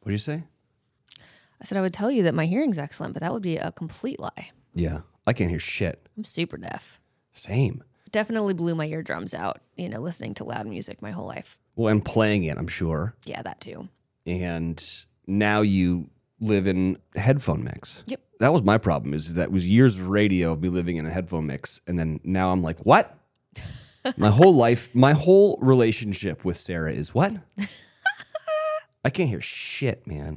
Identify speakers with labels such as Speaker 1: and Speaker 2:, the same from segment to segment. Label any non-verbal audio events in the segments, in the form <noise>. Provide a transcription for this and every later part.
Speaker 1: What do you say?
Speaker 2: I said I would tell you that my hearing's excellent, but that would be a complete lie.
Speaker 1: Yeah, I can't hear shit.
Speaker 2: I'm super deaf.
Speaker 1: Same.
Speaker 2: Definitely blew my eardrums out, you know, listening to loud music my whole life.
Speaker 1: Well, I'm playing it, I'm sure.
Speaker 2: Yeah, that too.
Speaker 1: And now you live in a headphone mix.
Speaker 2: Yep.
Speaker 1: That was my problem. Is that was years of radio of me living in a headphone mix, and then now I'm like,
Speaker 2: <laughs>
Speaker 1: what? my whole life, my whole relationship with Sarah is
Speaker 2: <laughs>
Speaker 1: what? I can't hear shit,
Speaker 2: <laughs>
Speaker 1: man.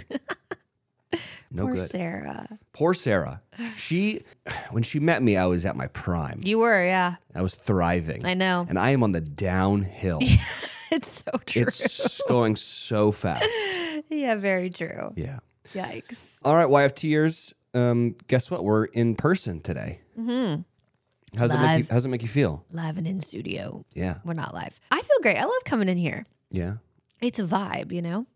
Speaker 1: No
Speaker 2: Poor
Speaker 1: good.
Speaker 2: Sarah.
Speaker 1: Poor Sarah. She, when she met me, I was at my prime.
Speaker 2: You were, yeah.
Speaker 1: I was thriving. <laughs>
Speaker 2: I know. <laughs>
Speaker 1: And I am on the downhill.
Speaker 2: It's so true. <laughs>
Speaker 1: It's going so fast.
Speaker 2: yeah, very true.
Speaker 1: Yeah.
Speaker 2: Yikes.
Speaker 1: All right, YFTers. Um, guess what? We're in person today. Mm-hmm. How's it make you,
Speaker 2: Live.
Speaker 1: How's it make you feel?
Speaker 2: Live and in studio.
Speaker 1: Yeah.
Speaker 2: We're not live. I feel great. I love coming in here.
Speaker 1: Yeah.
Speaker 2: It's a vibe, you know?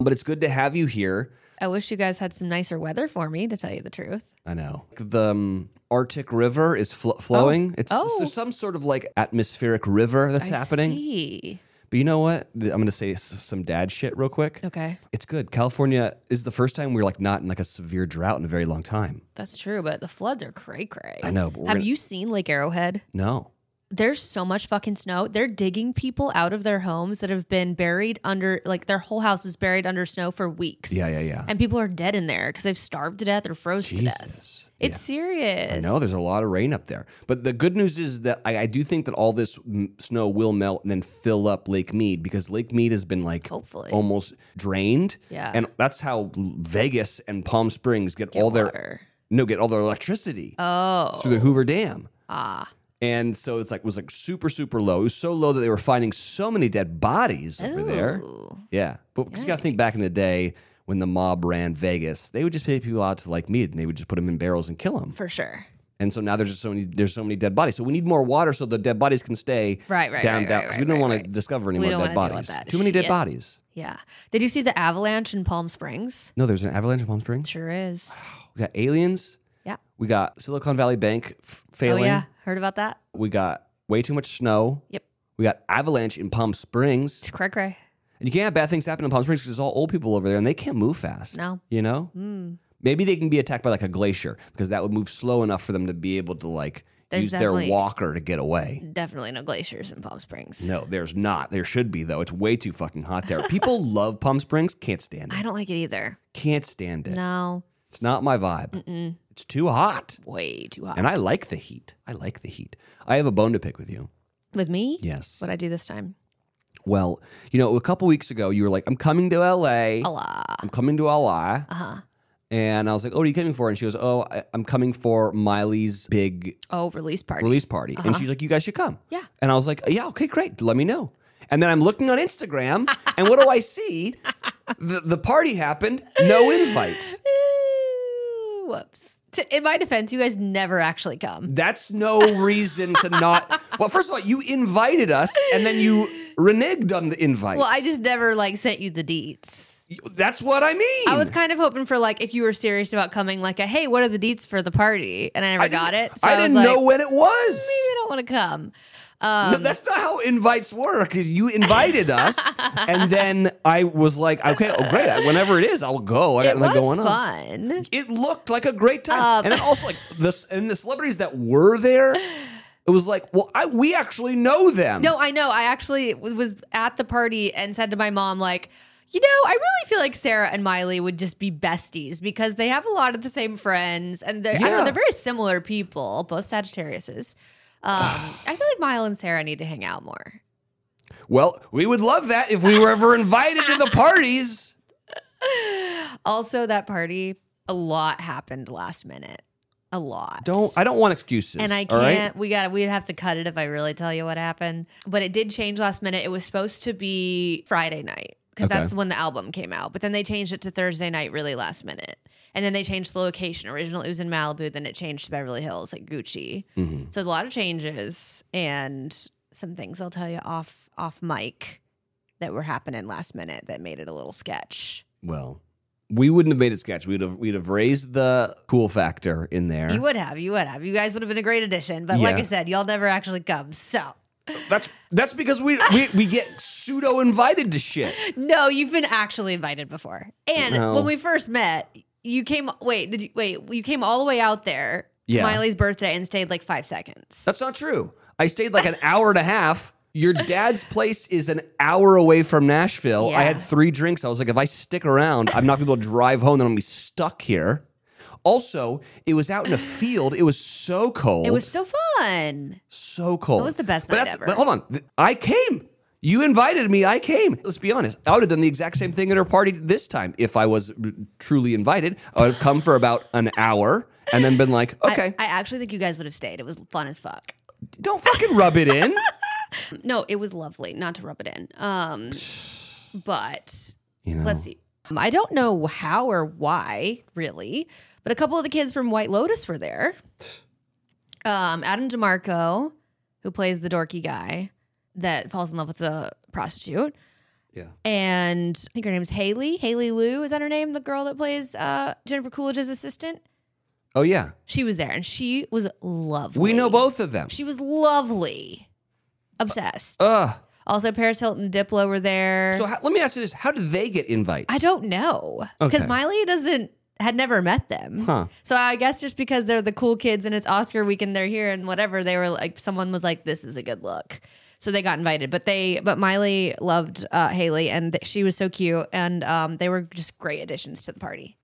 Speaker 1: But it's good to have you here.
Speaker 2: I wish you guys had some nicer weather for me, to tell you the truth.
Speaker 1: I know the um, Arctic River is fl- flowing. It's
Speaker 2: Oh.
Speaker 1: there's some sort of like atmospheric river that's
Speaker 2: I
Speaker 1: happening.
Speaker 2: see.
Speaker 1: But you know what? Th- I'm gonna say s- some dad shit real quick.
Speaker 2: Okay.
Speaker 1: It's good. California is the first time we're like not in like a severe drought in a very long time.
Speaker 2: That's true, but the floods are cray cray.
Speaker 1: I know. But we're
Speaker 2: Have
Speaker 1: gonna-
Speaker 2: you seen Lake Arrowhead?
Speaker 1: No.
Speaker 2: There's so much fucking snow. They're digging people out of their homes that have been buried under, like, their whole house is buried under snow for weeks.
Speaker 1: Yeah, yeah, yeah.
Speaker 2: And people are dead in there because they've starved to death or froze to death.
Speaker 1: Jesus.
Speaker 2: It's serious.
Speaker 1: I know there's a lot of rain up there, but the good news is that I, I do think that all this m- snow will melt and then fill up Lake Mead because Lake Mead has been like
Speaker 2: Hopefully.
Speaker 1: almost drained.
Speaker 2: Yeah.
Speaker 1: Oh and that's how Vegas and Palm Springs get, all their
Speaker 2: water.
Speaker 1: no get all their electricity
Speaker 2: Oh.
Speaker 1: through the Hoover Dam. Ah. And so it's like was like super super low. It was so low that they were finding so many dead bodies over there.
Speaker 2: Ooh.
Speaker 1: Yeah, but just got to think back in the day when the mob ran Vegas, they would just take people out to Lake Mead and they would just put them in barrels and kill them.
Speaker 2: For sure.
Speaker 1: And so now there's just so many there's so many dead bodies. So we need more water so the dead bodies can stay
Speaker 2: Right, right,
Speaker 1: down
Speaker 2: right,
Speaker 1: down
Speaker 2: right,
Speaker 1: because we don't
Speaker 2: right,
Speaker 1: want to
Speaker 2: right.
Speaker 1: discover any
Speaker 2: We
Speaker 1: more
Speaker 2: don't
Speaker 1: dead
Speaker 2: wanna deal with
Speaker 1: bodies.
Speaker 2: that
Speaker 1: Too many dead
Speaker 2: shit.
Speaker 1: bodies.
Speaker 2: Yeah. Did you see the avalanche in Palm Springs?
Speaker 1: No, there's an avalanche in Palm Springs.
Speaker 2: Sure is. Oh,
Speaker 1: We got aliens.
Speaker 2: Yeah.
Speaker 1: We got Silicon Valley Bank f- failing.
Speaker 2: Oh yeah. Heard about that?
Speaker 1: We got way too much snow.
Speaker 2: Yep.
Speaker 1: We got avalanche in Palm Springs.
Speaker 2: It's cray cray.
Speaker 1: And you can't have bad things happen in Palm Springs because it's all old people over there and they can't move fast.
Speaker 2: No. Mm.
Speaker 1: You know? Maybe they can be attacked by like a glacier because that would move slow enough for them to be able to like
Speaker 2: There's
Speaker 1: use their
Speaker 2: definitely-
Speaker 1: walker to get away.
Speaker 2: Definitely no glaciers in Palm Springs.
Speaker 1: No, there's not. There should be though. It's way too fucking hot there.
Speaker 2: <laughs>
Speaker 1: People love Palm Springs. Can't stand it.
Speaker 2: I don't like it either.
Speaker 1: Can't stand it.
Speaker 2: No.
Speaker 1: It's not my vibe. It's too hot.
Speaker 2: Way too hot.
Speaker 1: And I like the heat. I like the heat. I have a bone to pick with you.
Speaker 2: With me?
Speaker 1: Yes.
Speaker 2: What I do this time?
Speaker 1: Well, you know, a couple weeks ago, you were like, "I'm coming to LA.
Speaker 2: Allah.
Speaker 1: I'm coming to LA."
Speaker 2: Uh huh.
Speaker 1: And I was like, "Oh, what are you coming for?" And she goes, "Oh, I, I'm coming for Miley's big
Speaker 2: Oh, release party.
Speaker 1: release party."
Speaker 2: Uh-huh.
Speaker 1: And she's like, "You guys should come."
Speaker 2: Yeah.
Speaker 1: And I was like, yeah, okay, great. Let me know. And then I'm looking on Instagram, and what do I see? The, the party happened, no invite.
Speaker 2: Ooh, Whoops. T- In my defense, you guys never actually come.
Speaker 1: That's no reason to not. Well, first of all, you invited us, and then you reneged on the invite.
Speaker 2: Well, I just never like sent you the deets.
Speaker 1: That's what I mean.
Speaker 2: I was kind of hoping for like if you were serious about coming, like a hey, what are the deets for the party? And I never got it. So
Speaker 1: I,
Speaker 2: I,
Speaker 1: didn't
Speaker 2: was like, um,
Speaker 1: know when it was.
Speaker 2: I don't want to come.
Speaker 1: No, that's not how invites work. is You invited us, and then I was like, okay, oh, great. Whenever it is, I'll go. I got
Speaker 2: It was
Speaker 1: nothing going on.
Speaker 2: fun.
Speaker 1: it looked like a great time.
Speaker 2: Um,
Speaker 1: and then also like this and the celebrities that were there, it was like, well, I we actually know them.
Speaker 2: No, I know. I actually w- was at the party and said to my mom like. You know, I really feel like Sarah and Miley would just be besties because they have a lot of the same friends, and they're I don't
Speaker 1: Yeah.
Speaker 2: know, they're very similar people, both Sagittariuses.
Speaker 1: <sighs>
Speaker 2: Um, I feel like Miley and Sarah need to hang out more.
Speaker 1: Well, we would love that if we were ever invited to the parties.
Speaker 2: Also, that party, a lot happened last minute. A lot.
Speaker 1: Don't I don't want excuses.
Speaker 2: and I
Speaker 1: all right?
Speaker 2: can't. We got. We'd have to cut it if I really tell you what happened. But it did change last minute. It was supposed to be Friday night because
Speaker 1: Okay.
Speaker 2: that's when the album came out. But then they changed it to Thursday night, really last minute. And then they changed the location. Originally, it was in Malibu. Then it changed to Beverly Hills, like Gucci.
Speaker 1: Mm-hmm.
Speaker 2: So a lot of changes and some things I'll tell you off off mic that were happening last minute that made it a little sketch.
Speaker 1: Well, we wouldn't have made it sketch. We'd have we'd have raised the cool factor in there.
Speaker 2: You would have, you would have, you guys would have been a great addition. But like
Speaker 1: Yeah.
Speaker 2: I said, y'all never actually come. So
Speaker 1: That's that's because we we, we get pseudo invited to shit.
Speaker 2: No, you've been actually invited before. And
Speaker 1: No.
Speaker 2: when we first met, you came. Wait, did you wait? You came all the way out there to
Speaker 1: Yeah.
Speaker 2: Miley's birthday and stayed like five seconds.
Speaker 1: That's not true. I stayed like an hour and a half. Your dad's place is an hour away from Nashville. I had
Speaker 2: Yeah.
Speaker 1: three drinks. I was like, if I stick around, I'm not gonna be able to drive home. Then I'm gonna be stuck here. Also, it was out in a field. It was so cold.
Speaker 2: it was so fun.
Speaker 1: so cold. It
Speaker 2: was the best
Speaker 1: but
Speaker 2: night
Speaker 1: that's-
Speaker 2: ever.
Speaker 1: But hold on, Th- I came. You invited me. I came. Let's be honest. I would have done the exact same thing at her party this time if I was r- truly invited. I would have come for about an hour and then been like,
Speaker 2: I-
Speaker 1: okay,
Speaker 2: I actually think you guys would have stayed. It was fun as fuck.
Speaker 1: don't fucking rub it
Speaker 2: <laughs>
Speaker 1: in.
Speaker 2: No, it was lovely. Not to rub it in. Um, but
Speaker 1: You know.
Speaker 2: let's see. Um, I don't know how or why, really, but a couple of the kids from White Lotus were there. Um, Adam DeMarco, who plays the dorky guy that falls in love with the prostitute,
Speaker 1: Yeah.
Speaker 2: and I think her name's Haley. Haley Lou is that her name? The girl that plays uh, Jennifer Coolidge's assistant.
Speaker 1: Oh yeah.
Speaker 2: She was there, and she was lovely.
Speaker 1: We know both of them.
Speaker 2: She was lovely, obsessed.
Speaker 1: Ugh.
Speaker 2: Also, Paris Hilton and Diplo were there.
Speaker 1: So how, let me ask you this: How did they get invites?
Speaker 2: I don't know
Speaker 1: Okay.
Speaker 2: because Miley doesn't had never met them.
Speaker 1: Huh.
Speaker 2: So I guess just because they're the cool kids and it's Oscar week and they're here and whatever, they were like someone was like, "This is a good look," so they got invited. But they but Miley loved uh, Haley and th- she was so cute and um, they were just great additions to the party.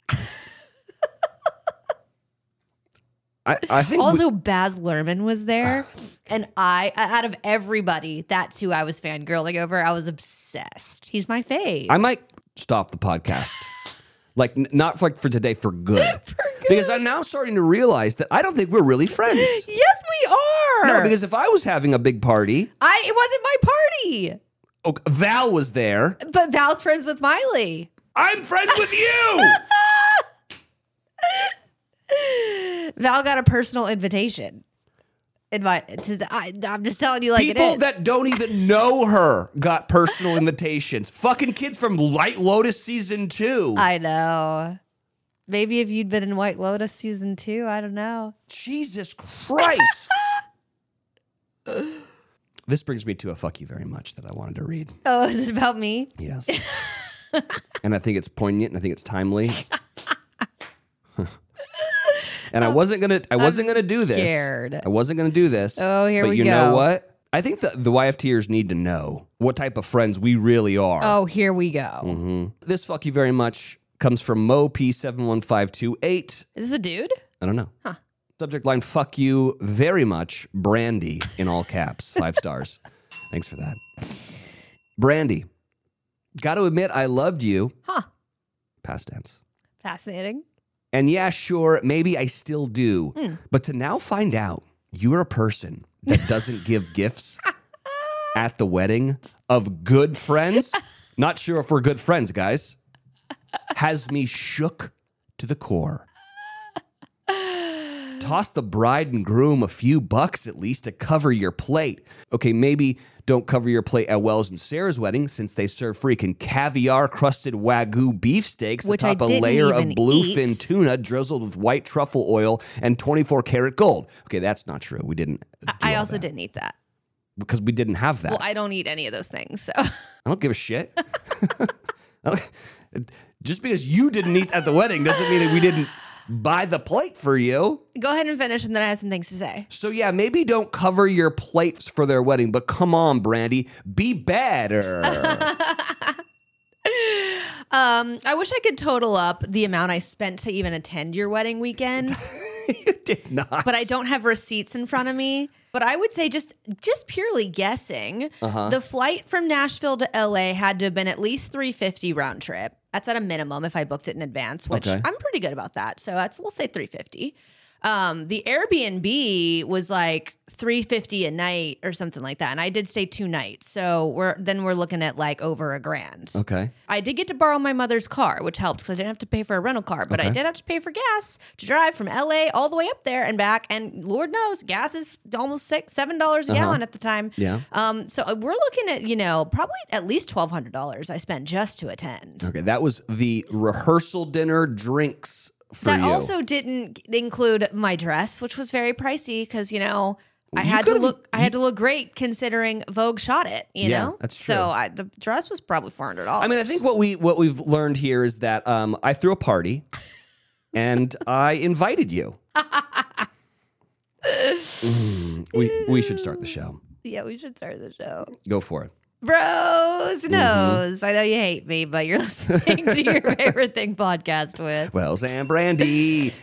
Speaker 1: I, I think. we-
Speaker 2: Also, Baz Luhrmann
Speaker 1: <sighs>
Speaker 2: was there, and I out of everybody, that's who I was fangirling over. I was obsessed. He's my fave.
Speaker 1: I might stop the podcast. Like n- not for, like for today for
Speaker 2: <laughs>
Speaker 1: good. Because I'm now starting to realize that I don't think we're really
Speaker 2: <laughs>
Speaker 1: friends.
Speaker 2: yes, we are.
Speaker 1: No, because if I was having a big party,
Speaker 2: I it wasn't my party.
Speaker 1: oh, Val was there.
Speaker 2: But Val's friends with Miley.
Speaker 1: I'm friends with you.
Speaker 2: Val got a personal invitation. In my, to the, I, I'm just telling you, <laughs> like it
Speaker 1: People
Speaker 2: is.
Speaker 1: that don't even know her got personal invitations. Fucking kids from Light Lotus season two.
Speaker 2: I know. Maybe if you'd been in White Lotus season two, I don't know.
Speaker 1: Jesus Christ. <laughs> this brings me to a fuck you very much that I wanted to read.
Speaker 2: Oh, <laughs> is it about me? <laughs>
Speaker 1: Yes. and I think it's poignant and I think it's timely. and I wasn't gonna I wasn't gonna do this.
Speaker 2: scared.
Speaker 1: I wasn't gonna do this.
Speaker 2: Oh, here
Speaker 1: but
Speaker 2: we
Speaker 1: you know
Speaker 2: go.
Speaker 1: what? I think the, the YFTers need to know what type of friends we really are.
Speaker 2: Oh, here we go.
Speaker 1: Mhm. This fuck you very much comes from Mo P71528.
Speaker 2: Is this a dude?
Speaker 1: I don't know. Subject line: "Fuck you very much, Brandy." In all caps, five <laughs> stars. Thanks for that, Brandy. Got to admit, I loved you.
Speaker 2: Huh.
Speaker 1: Past tense.
Speaker 2: Fascinating.
Speaker 1: And yeah, sure, maybe I still do.
Speaker 2: Hmm.
Speaker 1: But to now find out you're a person that doesn't
Speaker 2: <laughs>
Speaker 1: give gifts at the wedding of good friends. Not sure if we're good friends, guys. Has me shook to the core. Toss the bride and groom a few bucks at least to cover your plate. Okay, maybe don't cover your plate at Wells and Sarah's wedding since they serve freaking caviar crusted wagyu beefsteaks
Speaker 2: Which I
Speaker 1: atop a
Speaker 2: didn't
Speaker 1: layer of
Speaker 2: even
Speaker 1: bluefin
Speaker 2: eat.
Speaker 1: tuna drizzled with white truffle oil and 24 karat gold. Okay, that's not true. We didn't. do
Speaker 2: I
Speaker 1: all
Speaker 2: also
Speaker 1: that
Speaker 2: didn't eat that.
Speaker 1: because we didn't have that.
Speaker 2: Well, I don't eat any of those things. So <laughs>
Speaker 1: I don't give a shit. <laughs> I don't, just because you didn't eat at the wedding doesn't mean that we didn't buy the plate for you.
Speaker 2: go ahead and finish, and then I have some things to say.
Speaker 1: So yeah, maybe don't cover your plates for their wedding, but come on, Brandy, be
Speaker 2: <laughs>
Speaker 1: better. <laughs>
Speaker 2: Um, I wish I could total up the amount I spent to even attend your wedding weekend.
Speaker 1: you did not.
Speaker 2: but I don't have receipts in front of me. But I would say just just purely guessing, the flight from Nashville to LA had to have been at least 350 round trip. That's at a minimum if I booked it in advance, which
Speaker 1: Okay.
Speaker 2: I'm pretty good about that. So that's we'll say 350. Um, the Airbnb was like 350 a night or something like that. And I did stay two nights. So we're then we're looking at like over a grand.
Speaker 1: okay.
Speaker 2: I did get to borrow my mother's car, which helped because I didn't have to pay for a rental car, but I did have to pay for gas to drive from LA all the way up there and back. And Lord knows, gas is almost six, seven dollars a gallon at the time.
Speaker 1: Uh-huh. Yeah.
Speaker 2: Um. So we're looking at you know probably at least twelve hundred dollars I spent just to attend.
Speaker 1: Okay. That was the rehearsal dinner drinks for
Speaker 2: that
Speaker 1: you.
Speaker 2: also didn't include my dress, which was very pricey because you know I
Speaker 1: You
Speaker 2: had to
Speaker 1: could've-
Speaker 2: look. I had to look great considering Vogue shot it. You
Speaker 1: Yeah,
Speaker 2: know,
Speaker 1: that's true.
Speaker 2: So I, the dress was probably four hundred dollars.
Speaker 1: I mean, I think what we what we've learned here is that um, I threw a party, and I invited you. Mm, we we should start the show.
Speaker 2: yeah, we should start the show.
Speaker 1: Go for it.
Speaker 2: Bros knows. I know you hate me, but you're <laughs> listening to your favorite thing podcast with.
Speaker 1: Wells and Brandy. <laughs>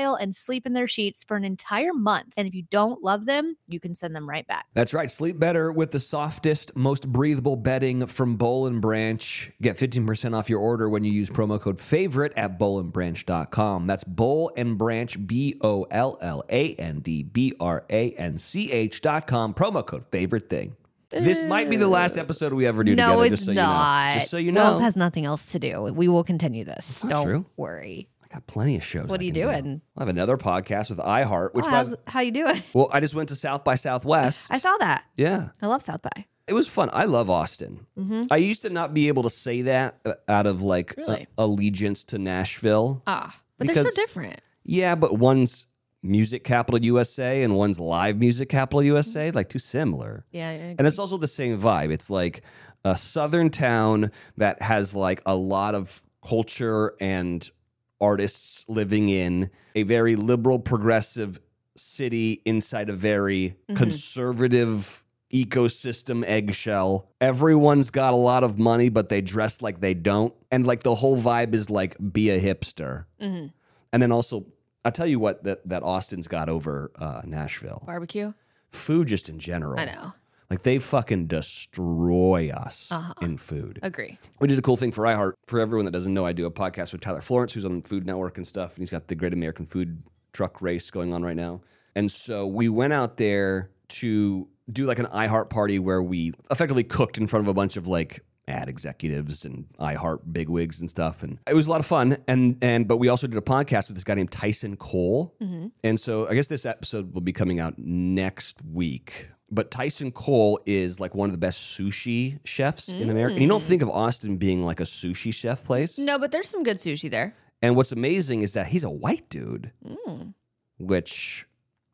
Speaker 3: and sleep in their sheets for an entire month. And if you don't love them, you can send them right back.
Speaker 1: That's right. Sleep better with the softest, most breathable bedding from Bowl and Branch. Get 15% off your order when you use promo code favorite at bowlandbranch.com. That's Bowl and Branch, B O L L A N D B R A N C H.com. Promo code favorite thing. This might be the last episode we ever do
Speaker 2: no,
Speaker 1: together,
Speaker 2: it's
Speaker 1: just so
Speaker 2: not.
Speaker 1: you know. Just so you
Speaker 2: Wells
Speaker 1: know.
Speaker 2: has nothing else to do. We will continue this.
Speaker 1: not
Speaker 2: Don't
Speaker 1: true.
Speaker 2: worry.
Speaker 1: I got plenty of shows.
Speaker 2: What
Speaker 1: I
Speaker 2: are you
Speaker 1: can do.
Speaker 2: doing?
Speaker 1: I'll have another podcast with iHeart, which
Speaker 2: Oh,
Speaker 1: by
Speaker 2: how's- how you doing?
Speaker 1: well, I just went to South by Southwest.
Speaker 2: <laughs> I saw that.
Speaker 1: yeah.
Speaker 2: I love South by.
Speaker 1: it was fun. I love Austin.
Speaker 2: Mm-hmm.
Speaker 1: I used to not be able to say that uh, out of like uh,
Speaker 2: Really?
Speaker 1: allegiance to Nashville.
Speaker 2: Ah, but they're
Speaker 1: Because-
Speaker 2: so different.
Speaker 1: yeah, but one's music capital USA and one's live music capital USA, like too similar.
Speaker 2: Yeah, yeah.
Speaker 1: And it's also the same vibe. It's like a southern town that has like a lot of culture and artists living in a very liberal progressive city inside a very
Speaker 2: Mm-hmm.
Speaker 1: conservative ecosystem eggshell. Everyone's got a lot of money but they dress like they don't and like the whole vibe is like be a hipster.
Speaker 2: Mhm.
Speaker 1: And then also I'll tell you what that, that Austin's got over uh, Nashville.
Speaker 2: barbecue.
Speaker 1: Food just in general.
Speaker 2: I know.
Speaker 1: Like they fucking destroy us
Speaker 2: Uh-huh.
Speaker 1: in food.
Speaker 2: Agree.
Speaker 1: We did a cool thing for iHeart. For everyone that doesn't know, I do a podcast with Tyler Florence, who's on Food Network and stuff, and he's got the Great American Food Truck Race going on right now. And so we went out there to do like an iHeart party where we effectively cooked in front of a bunch of like ad executives and iHeart bigwigs and stuff. And it was a lot of fun. And and but we also did a podcast with this guy named Tyson Cole. And so I guess this episode will be coming out next week. But Tyson Cole is like one of the best sushi chefs in America. And you don't think of Austin being like a sushi chef place.
Speaker 2: No, but there's some good sushi there.
Speaker 1: And what's amazing is that he's a white dude, which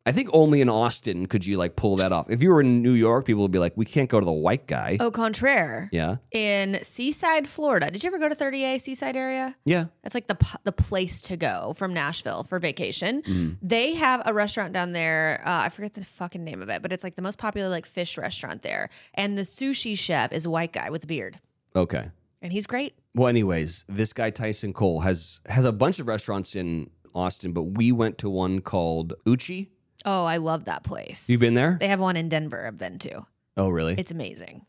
Speaker 1: I think only in Austin could you like pull that off. If you were in New York, people would be like, we can't go to the white guy.
Speaker 2: Au contraire,
Speaker 1: Yeah.
Speaker 2: in Seaside, Florida. Did you ever go to 30A Seaside area?
Speaker 1: Yeah.
Speaker 2: That's like the p- the place to go from Nashville for vacation.
Speaker 1: Mm.
Speaker 2: They have a restaurant down there. Uh, I forget the fucking name of it, but it's like the most popular like fish restaurant there. And the sushi chef is a white guy with a beard,
Speaker 1: Okay.
Speaker 2: and he's great.
Speaker 1: Well, anyways, this guy Tyson Cole has has a bunch of restaurants in Austin, but we went to one called Uchi.
Speaker 2: Oh, I love that place.
Speaker 1: You been there?
Speaker 2: They have one in Denver. I've been to.
Speaker 1: Oh, really?
Speaker 2: It's amazing.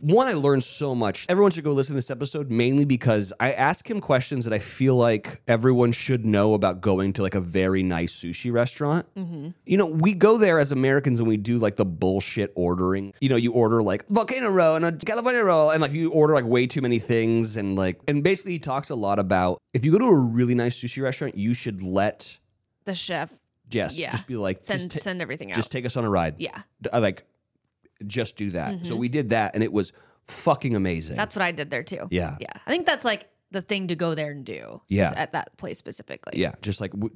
Speaker 1: one i learned so much everyone should go listen to this episode mainly because i ask him questions that i feel like everyone should know about going to like a very nice sushi restaurant
Speaker 2: Mm-hmm.
Speaker 1: you know we go there as americans and we do like the bullshit ordering you know you order like volcano roll and a california roll and like you order like way too many things and like and basically he talks a lot about if you go to a really nice sushi restaurant you should let
Speaker 2: The chef
Speaker 1: jess
Speaker 2: Yeah.
Speaker 1: just be like
Speaker 2: send
Speaker 1: just, ta-
Speaker 2: send everything out.
Speaker 1: just take us on a ride
Speaker 2: yeah, Mm-hmm.
Speaker 1: I like just do that. So we did that and it was fucking amazing.
Speaker 2: that's what I did there too.
Speaker 1: yeah.
Speaker 2: Yeah, I think that's like the thing to go there and do. is
Speaker 1: Yeah.
Speaker 2: at that place specifically.
Speaker 1: Yeah, just like w-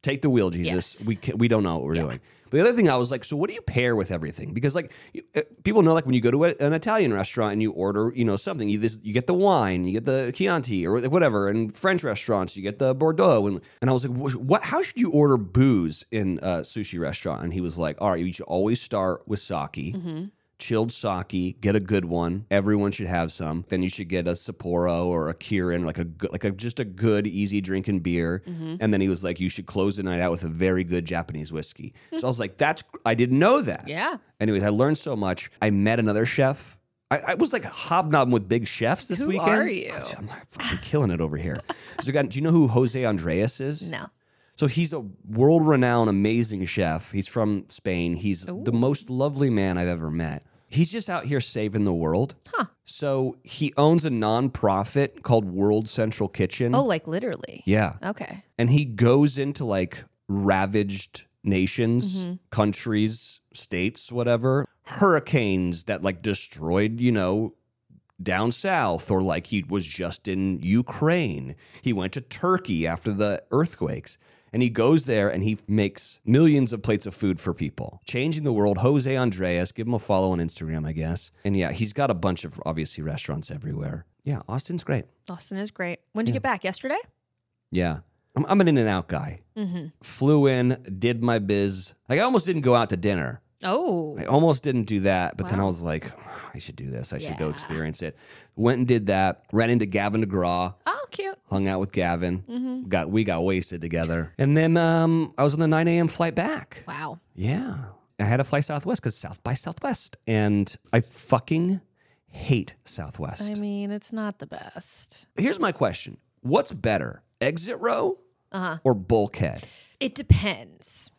Speaker 1: take the wheel, Jesus.
Speaker 2: Yes.
Speaker 1: We can, we don't know what we're doing. But the other thing I was like, so what do you pair with everything? Because like you- uh, people know, like when you go to a, an Italian restaurant and you order, you know, something, you this, you get the wine, you get the Chianti or whatever, and French restaurants you get the Bordeaux. And and I was like, wh- what? How should you order booze in a sushi restaurant? And he was like, all right, you should always start with sake. chilled sake. Get a good one. Everyone should have some. Then you should get a Sapporo or a Kirin, like a good- like a, just a good, easy drinking beer.
Speaker 2: Mm-hmm.
Speaker 1: And then he was like, you should close the night out with a very good Japanese whiskey. so I was like, that's I didn't know that.
Speaker 2: Hmm. Yeah.
Speaker 1: Anyways, I learned so much. I met another chef. I, I was like hobnobbing with big chefs this
Speaker 2: Who
Speaker 1: weekend.
Speaker 2: are you?
Speaker 1: Oh, dude, I'm like fucking killing it over here. <laughs> So, again, do you know who Jose Andreas is?
Speaker 2: No.
Speaker 1: So he's a world-renowned, amazing chef. He's from Spain. He's the most lovely man I've ever met. He's just out here saving the world.
Speaker 2: Huh.
Speaker 1: So he owns a nonprofit called World Central Kitchen.
Speaker 2: Oh, like
Speaker 1: Mm.
Speaker 2: literally.
Speaker 1: yeah
Speaker 2: Okay.
Speaker 1: and he goes into like ravaged nations, countries, states, whatever, hurricanes that like destroyed, you know, down south, or like he was just in Ukraine. He went to Turkey after the earthquakes. And he goes there and he makes millions of plates of food for people, changing the world. Jose Andreas, give him a follow on Instagram, I guess. And yeah, he's got a bunch of obviously restaurants everywhere. Yeah, Austin's great.
Speaker 3: Austin is great. When did you get back? Yesterday?
Speaker 1: Yeah. I'm, I'm an in and out guy. Flew in, did my biz. Like, I almost didn't go out to dinner.
Speaker 3: Oh,
Speaker 1: I almost didn't do that, but then I
Speaker 3: Wow.
Speaker 1: was like, I should do this. I should go
Speaker 2: Yeah.
Speaker 1: experience it. Went and did that. Ran into Gavin DeGraw,
Speaker 2: Oh, cute.
Speaker 1: hung out with Gavin. Got we got wasted together, and then um, I was on the 9 a.m. flight back.
Speaker 3: wow.
Speaker 1: Yeah, I had to fly Southwest because South by Southwest, and I fucking hate Southwest.
Speaker 3: I mean, it's not the best.
Speaker 1: Here's my question: What's better, exit row
Speaker 2: Uh-huh.
Speaker 1: or bulkhead?
Speaker 2: It depends.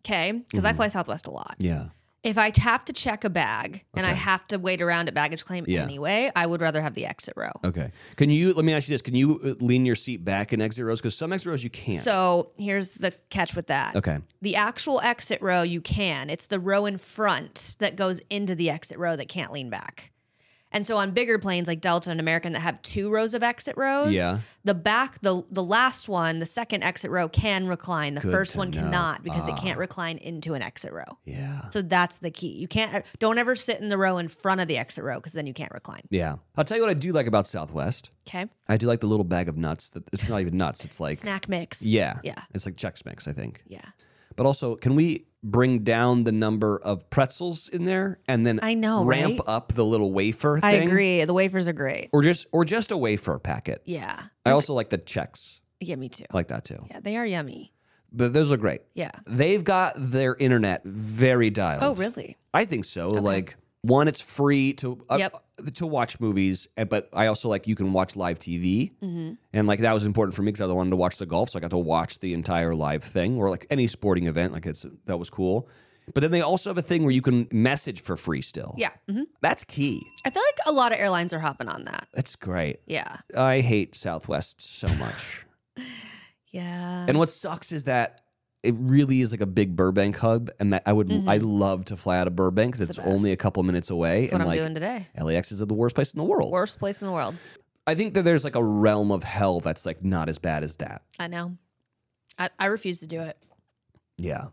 Speaker 2: Okay. Because I fly Southwest a lot.
Speaker 1: Mm-hmm. Yeah.
Speaker 2: If I have to check a bag and I
Speaker 1: Okay.
Speaker 2: have to wait around at baggage claim
Speaker 1: Yeah.
Speaker 2: anyway, I would rather have the exit row.
Speaker 1: Okay. Can you let me ask you this? Can you uh, lean your seat back in exit rows? Because some exit rows you can't.
Speaker 2: So here's the catch with that.
Speaker 1: okay.
Speaker 2: The actual exit row, you can. It's the row in front that goes into the exit row that can't lean back. And so on bigger planes like Delta and American that have two rows of exit rows,
Speaker 1: Yeah.
Speaker 2: the back, the the last one, the second exit row can recline. The first
Speaker 1: to
Speaker 2: one
Speaker 1: know. Ah.
Speaker 2: cannot because it can't recline into an exit row.
Speaker 1: Yeah.
Speaker 2: So that's the key. You can't uh, don't ever sit in the row in front of the exit row because then you can't recline.
Speaker 1: Yeah. I'll tell you what I do like about Southwest.
Speaker 2: Okay.
Speaker 1: I do like the little bag of nuts. That it's not even nuts. It's like
Speaker 2: Snack mix.
Speaker 1: yeah,
Speaker 2: Yeah.
Speaker 1: It's like Chex Mix, I think.
Speaker 2: Yeah.
Speaker 1: But also, can we bring down the number of pretzels in there and then
Speaker 2: I know,
Speaker 1: ramp
Speaker 2: right?
Speaker 1: up the little wafer
Speaker 2: I
Speaker 1: thing?
Speaker 2: agree. The wafers are great.
Speaker 1: Or just or just a wafer packet.
Speaker 2: Yeah.
Speaker 1: I also like the Chex.
Speaker 2: Yeah, me too.
Speaker 1: I like that too.
Speaker 2: Yeah, they are yummy.
Speaker 1: But those are great.
Speaker 2: Yeah.
Speaker 1: They've got their internet very dialed.
Speaker 2: Oh, really?
Speaker 1: I think so. Like one, it's free to uh,
Speaker 2: Yep.
Speaker 1: to watch movies, and- but I also like you can watch live TV,
Speaker 2: Mm-hmm.
Speaker 1: and like that was important for me because I wanted to watch the golf, so I got to watch the entire live thing or like any sporting event. Like it's that was cool. But then they also have a thing where you can message for free still.
Speaker 2: Yeah. hmm
Speaker 1: that's key.
Speaker 2: I feel like a lot of airlines are hopping on that.
Speaker 1: That's great.
Speaker 2: Yeah.
Speaker 1: I hate Southwest so
Speaker 2: <laughs>
Speaker 1: much.
Speaker 3: Yeah.
Speaker 1: And what sucks is that it really is like a big Burbank hub, and that I would I love to fly out of Burbank. That's
Speaker 2: Mm-hmm. the
Speaker 1: only a couple minutes away,
Speaker 2: That's what
Speaker 1: and
Speaker 2: I'm
Speaker 1: like
Speaker 2: doing today.
Speaker 1: LAX is the worst place in the world.
Speaker 2: Worst place in the world.
Speaker 1: I think that there's like a realm of hell that's like not as bad as that.
Speaker 2: I know. I, I refuse to do it.
Speaker 1: Yeah.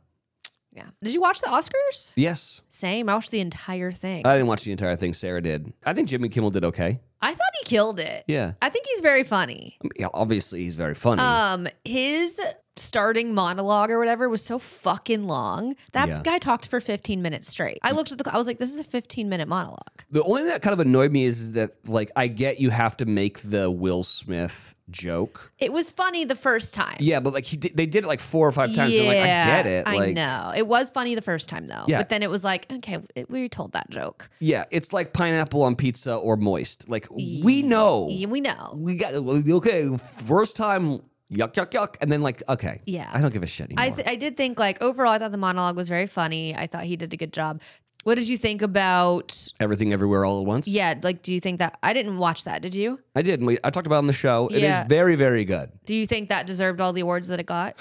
Speaker 2: Yeah. Did you watch the Oscars?
Speaker 1: Yes.
Speaker 2: Same. I watched the entire thing.
Speaker 1: I didn't watch the entire thing. Sarah did. I think Jimmy Kimmel did okay.
Speaker 2: I thought he killed it.
Speaker 1: Yeah.
Speaker 2: I think he's very funny.
Speaker 1: I mean, yeah, obviously, he's very funny.
Speaker 2: Um, his starting monologue or whatever was so fucking long. That
Speaker 1: Yeah. Mm.
Speaker 2: guy talked for 15 minutes straight. I looked at the, cl- I was like, this is a 15 minute monologue.
Speaker 1: the only thing that kind of annoyed me is, is that, like, I get you have to make the Will Smith joke.
Speaker 2: It was funny the first time.
Speaker 1: Yeah, but like, he did, they did it like four or five times. and I'm like, I get it.
Speaker 2: I
Speaker 1: Like,
Speaker 2: know. It was funny the first time though.
Speaker 1: Yeah.
Speaker 2: But then it was like, okay, it, we told that joke.
Speaker 1: yeah, it's like pineapple on pizza or moist. Like, we know.
Speaker 2: Yeah, we know.
Speaker 1: We got, okay, first time, yuck, yuck, yuck. And then, like, okay.
Speaker 2: Yeah.
Speaker 1: I don't give a shit anymore.
Speaker 2: I th- I did think like overall, I thought the monologue was very funny. I thought he did a good job. What did you think about?
Speaker 1: Everything Everywhere All at Once.
Speaker 2: Yeah, like, do you think that I didn't watch that? Did you?
Speaker 1: I did. and We, I talked about it on the show. It
Speaker 2: Yeah.
Speaker 1: is very, very good.
Speaker 2: Do you think that deserved all the awards that it got?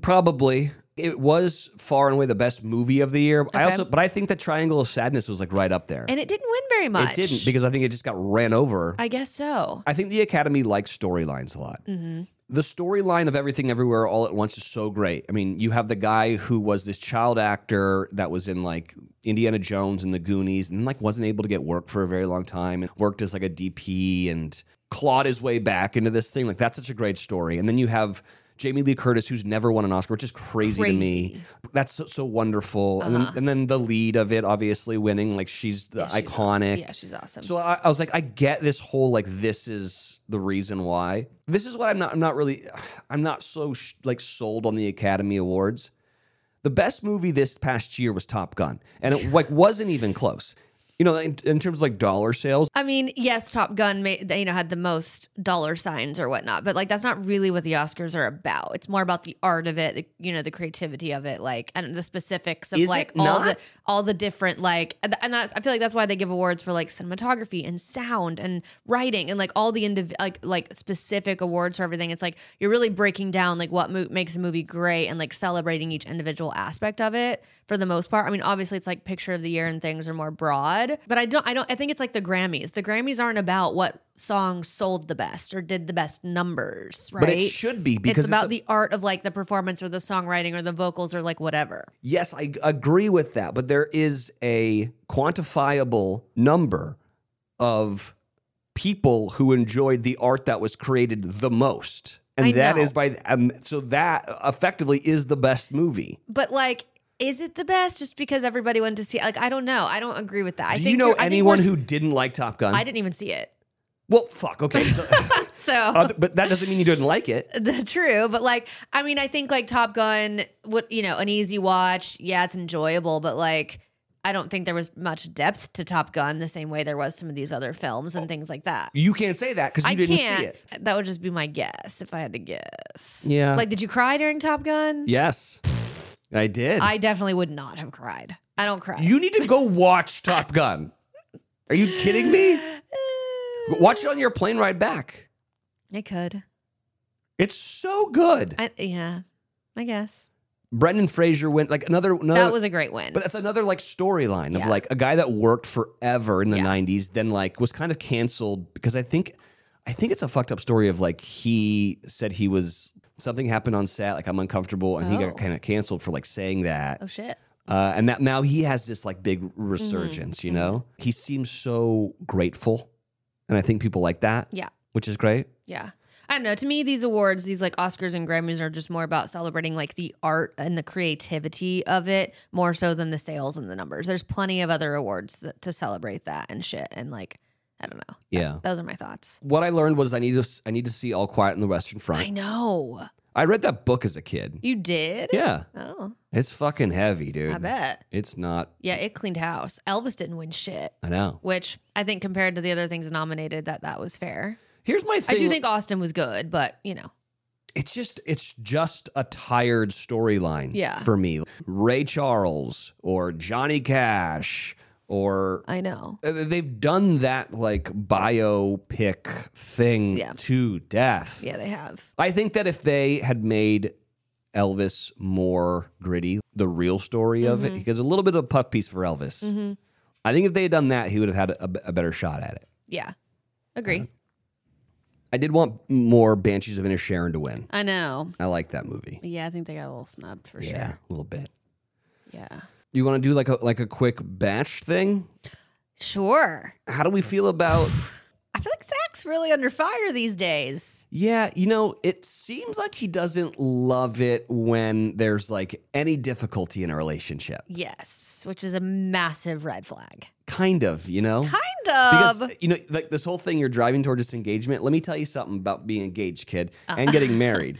Speaker 1: Probably it was far and away the best movie of the year. I
Speaker 2: Okay.
Speaker 1: also, but I think that Triangle of Sadness was like right up there.
Speaker 2: And it didn't win very much.
Speaker 1: it didn't because I think it just got ran over. I,
Speaker 2: I guess so.
Speaker 1: think the Academy likes storylines a lot.
Speaker 2: Mm-hmm.
Speaker 1: The storyline of Everything Everywhere All at Once is so great. I mean, you have the guy who was this child actor that was in like Indiana Jones and the Goonies and like wasn't able to get work for a very long time and worked as like a DP and clawed his way back into this thing. Like that's such a great story. And then you have Jamie Lee Curtis, who's never won an Oscar, which is crazy, to me.
Speaker 2: Crazy.
Speaker 1: That's so, so wonderful. And
Speaker 2: Uh-huh.
Speaker 1: then and then the lead of it, obviously winning, like she's the
Speaker 2: Yeah, she's aw-
Speaker 1: iconic.
Speaker 2: Yeah, she's awesome.
Speaker 1: So I, I was like, I get this whole like this is the reason why. This is what I'm not. I'm not really. <sighs> I'm not so sh- like sold on the Academy Awards. The best movie this past year was Top Gun, and it like wasn't even close. You know, in, in terms of like dollar sales,
Speaker 2: I mean, yes, Top Gun, made, you know, had the most dollar signs or whatnot, but like that's not really what the Oscars are about. It's more about the art of it, the, you know, the creativity of it, like and the specifics of
Speaker 1: Is it
Speaker 2: like all
Speaker 1: not?
Speaker 2: the all the different like, and and that's I feel like that's why they give awards for like cinematography and sound and writing and like all the indiv- like like specific awards for everything. It's like you're really breaking down like what mo- makes a movie great and like celebrating each individual aspect of it for the most part. I mean, obviously it's like picture of the year and things are more broad, but I don't I don't I think it's like the Grammys. The Grammys aren't about what songs sold the best or did the best numbers, right?
Speaker 1: but it should be because
Speaker 2: it's about
Speaker 1: a-
Speaker 2: the art of like the performance or the songwriting or the vocals or like whatever.
Speaker 1: Yes, I g- agree with that, but there is a quantifiable number of people who enjoyed the art that was created the most. And
Speaker 2: I
Speaker 1: that
Speaker 2: know.
Speaker 1: is by um, so that effectively is the best movie.
Speaker 2: But like is it the best just because everybody went to see it? Like I don't know. I don't agree with that. I
Speaker 1: Do
Speaker 2: think
Speaker 1: you know
Speaker 2: you're- I think we're
Speaker 1: anyone
Speaker 2: s-
Speaker 1: who didn't like Top Gun?
Speaker 2: I didn't even see it. <laughs>
Speaker 1: well, fuck. Okay, so, <laughs>
Speaker 2: So
Speaker 1: other- but that doesn't mean you didn't like it.
Speaker 2: <laughs> the true, but like I mean, I think like Top Gun, what you know, an easy watch. Yeah, it's enjoyable, but like I don't think there was much depth to Top Gun the same way there was some of these other films and things like that.
Speaker 1: You can't say that because Oh, you
Speaker 2: I
Speaker 1: didn't
Speaker 2: can't.
Speaker 1: see it.
Speaker 2: That would just be my guess if I had to guess.
Speaker 1: Yeah.
Speaker 2: Like, did you cry during Top Gun?
Speaker 1: Yes, I did.
Speaker 2: I definitely would not have cried. I don't cry.
Speaker 1: you need to go watch Top Gun. Are you kidding
Speaker 2: <laughs>
Speaker 1: me? Watch it on your plane ride back.
Speaker 2: I could.
Speaker 1: It's so good.
Speaker 2: I, yeah, I guess
Speaker 1: Brendan Fraser went like another another
Speaker 2: that was a great win.
Speaker 1: but that's another like storyline
Speaker 2: Yeah.
Speaker 1: of like a guy that worked forever in the
Speaker 2: Yeah.
Speaker 1: 90s then like was kind of canceled because I think I think it's a fucked up story of like he said he was something happened on set like I'm uncomfortable and he
Speaker 2: Oh.
Speaker 1: got kind of canceled for like saying that
Speaker 2: oh shit.
Speaker 1: uh, and that now he has this like big resurgence you
Speaker 2: mhm.
Speaker 1: know he seems so grateful and I think people like that
Speaker 2: Yeah.
Speaker 1: which is great
Speaker 2: Yeah. I don't know. To me, these awards, these like Oscars and Grammys, are just more about celebrating like the art and the creativity of it more so than the sales and the numbers. There's plenty of other awards that, to celebrate that and shit. And like, I don't know. That's-
Speaker 1: Yeah.
Speaker 2: Those are my thoughts.
Speaker 1: what I learned was I need to s- I need to see All Quiet on the Western
Speaker 2: I
Speaker 1: Front
Speaker 2: know.
Speaker 1: I read that book as a kid
Speaker 2: You did?
Speaker 1: yeah
Speaker 2: Oh,
Speaker 1: It's fucking heavy, dude.
Speaker 2: I bet.
Speaker 1: It's not.
Speaker 2: Yeah, it cleaned house. Elvis didn't win shit,
Speaker 1: I know.
Speaker 2: which I think compared to the other things nominated, that that was fair.
Speaker 1: Here's my thing.
Speaker 2: I do think Austin was good, but you know.
Speaker 1: it's just it's just a tired storyline.
Speaker 2: Yeah.
Speaker 1: For me, Ray Charles or Johnny Cash or
Speaker 2: I know.
Speaker 1: uh, they've done that like biopic thing
Speaker 2: Yeah.
Speaker 1: to death.
Speaker 2: Yeah, they have.
Speaker 1: I think that if they had made Elvis more gritty, the real story of it, because a little bit of a puff piece for Elvis. I think if they had done that, he would have had a, a better shot at it.
Speaker 2: Yeah.
Speaker 1: Uh-huh.
Speaker 2: Agree.
Speaker 1: I did want more Banshees of Inisherin to win.
Speaker 2: I know.
Speaker 1: I like that movie.
Speaker 2: Yeah, I think they got a little snubbed for
Speaker 1: Yeah,
Speaker 2: sure.
Speaker 1: a little bit.
Speaker 2: Yeah.
Speaker 1: You want to do like a like a quick batch thing?
Speaker 2: Sure.
Speaker 1: How do we feel about?
Speaker 2: I feel like Zach's really under fire these days.
Speaker 1: yeah, you know, it seems like he doesn't love it when there's like any difficulty in a relationship.
Speaker 2: Yes, which is a massive red flag.
Speaker 1: Kind
Speaker 2: Kind
Speaker 1: of, you know.
Speaker 2: Kind
Speaker 1: because
Speaker 2: of.
Speaker 1: you know, like this whole thing you're driving toward this engagement. Let me tell you something about being engaged, kid,
Speaker 2: Uh.
Speaker 1: and
Speaker 2: <laughs>
Speaker 1: getting married.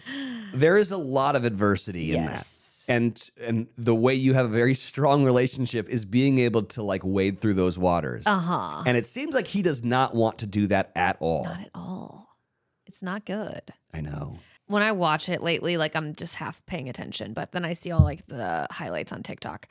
Speaker 1: There is a lot of adversity in that.
Speaker 2: Yes.
Speaker 1: and and the way you have a very strong relationship is being able to like wade through those waters
Speaker 2: Uh huh.
Speaker 1: and it seems like he does not want to do that at all
Speaker 2: Not at all. It's not good.
Speaker 1: i know
Speaker 2: When I watch it lately, like I'm just half paying attention, but then I see all like the highlights on TikTok.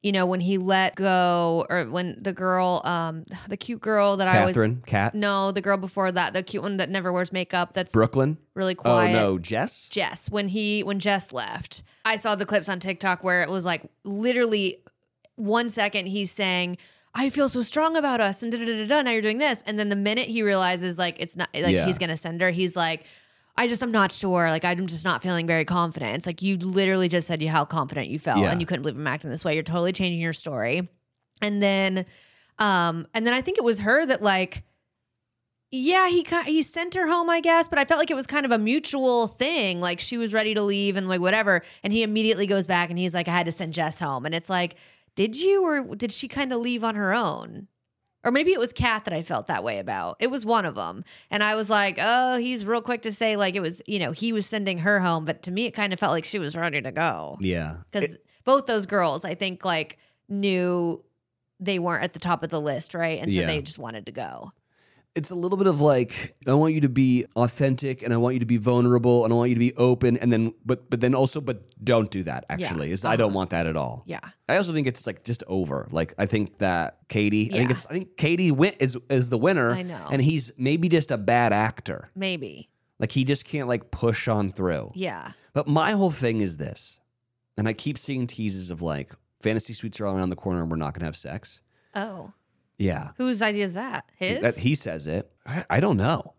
Speaker 2: You know, when he let go or when the girl, um, the cute girl that I was.
Speaker 1: catherine cat
Speaker 2: No, the girl before that, the cute one that never wears makeup, that's
Speaker 1: brooklyn
Speaker 2: really quiet.
Speaker 1: oh no jess
Speaker 2: Jess when he when Jess left. I saw the clips on TikTok where it was like literally one second he's saying I feel so strong about us and da da da da, da now you're doing this and then the minute he realizes like it's not like
Speaker 1: Yeah.
Speaker 2: he's gonna send her he's like I just I'm not sure like I'm just not feeling very confident. It's like you literally just said you how confident you felt
Speaker 1: Yeah.
Speaker 2: and you couldn't believe I'm acting this way. You're totally changing your story. And then um and then I think it was her that like yeah, he ki- he sent her home, I guess, but I felt like it was kind of a mutual thing. Like she was ready to leave and like whatever, and he immediately goes back and he's like, "I had to send Jess home," and it's like, did you or did she kind of leave on her own? Or maybe it was Kat that I felt that way about. It was one of them, and I was like, "Oh, he's real quick to say like it was you know he was sending her home," but to me it kind of felt like she was ready to go
Speaker 1: Yeah.
Speaker 2: because both those girls, I think, like knew they weren't at the top of the list, right? And so
Speaker 1: Yeah.
Speaker 2: they just wanted to go.
Speaker 1: It's a little bit of like I want you to be authentic and I want you to be vulnerable and I want you to be open and then but but then also but don't do that actually. Is I don't want that at all.
Speaker 2: Uh-huh. Yeah.
Speaker 1: I also think it's like just over. Like I think that Katie, I think
Speaker 2: Yeah.
Speaker 1: it's I think Katie win- is is the winner.
Speaker 2: I know.
Speaker 1: and he's maybe just a bad actor.
Speaker 2: Maybe.
Speaker 1: Like he just can't like push on through.
Speaker 2: Yeah.
Speaker 1: But my whole thing is this, and I keep seeing teases of like fantasy suites are all around the corner and we're not gonna have sex.
Speaker 2: Oh.
Speaker 1: Yeah,
Speaker 2: Whose idea is that? His?
Speaker 1: that he says it. I, I don't know,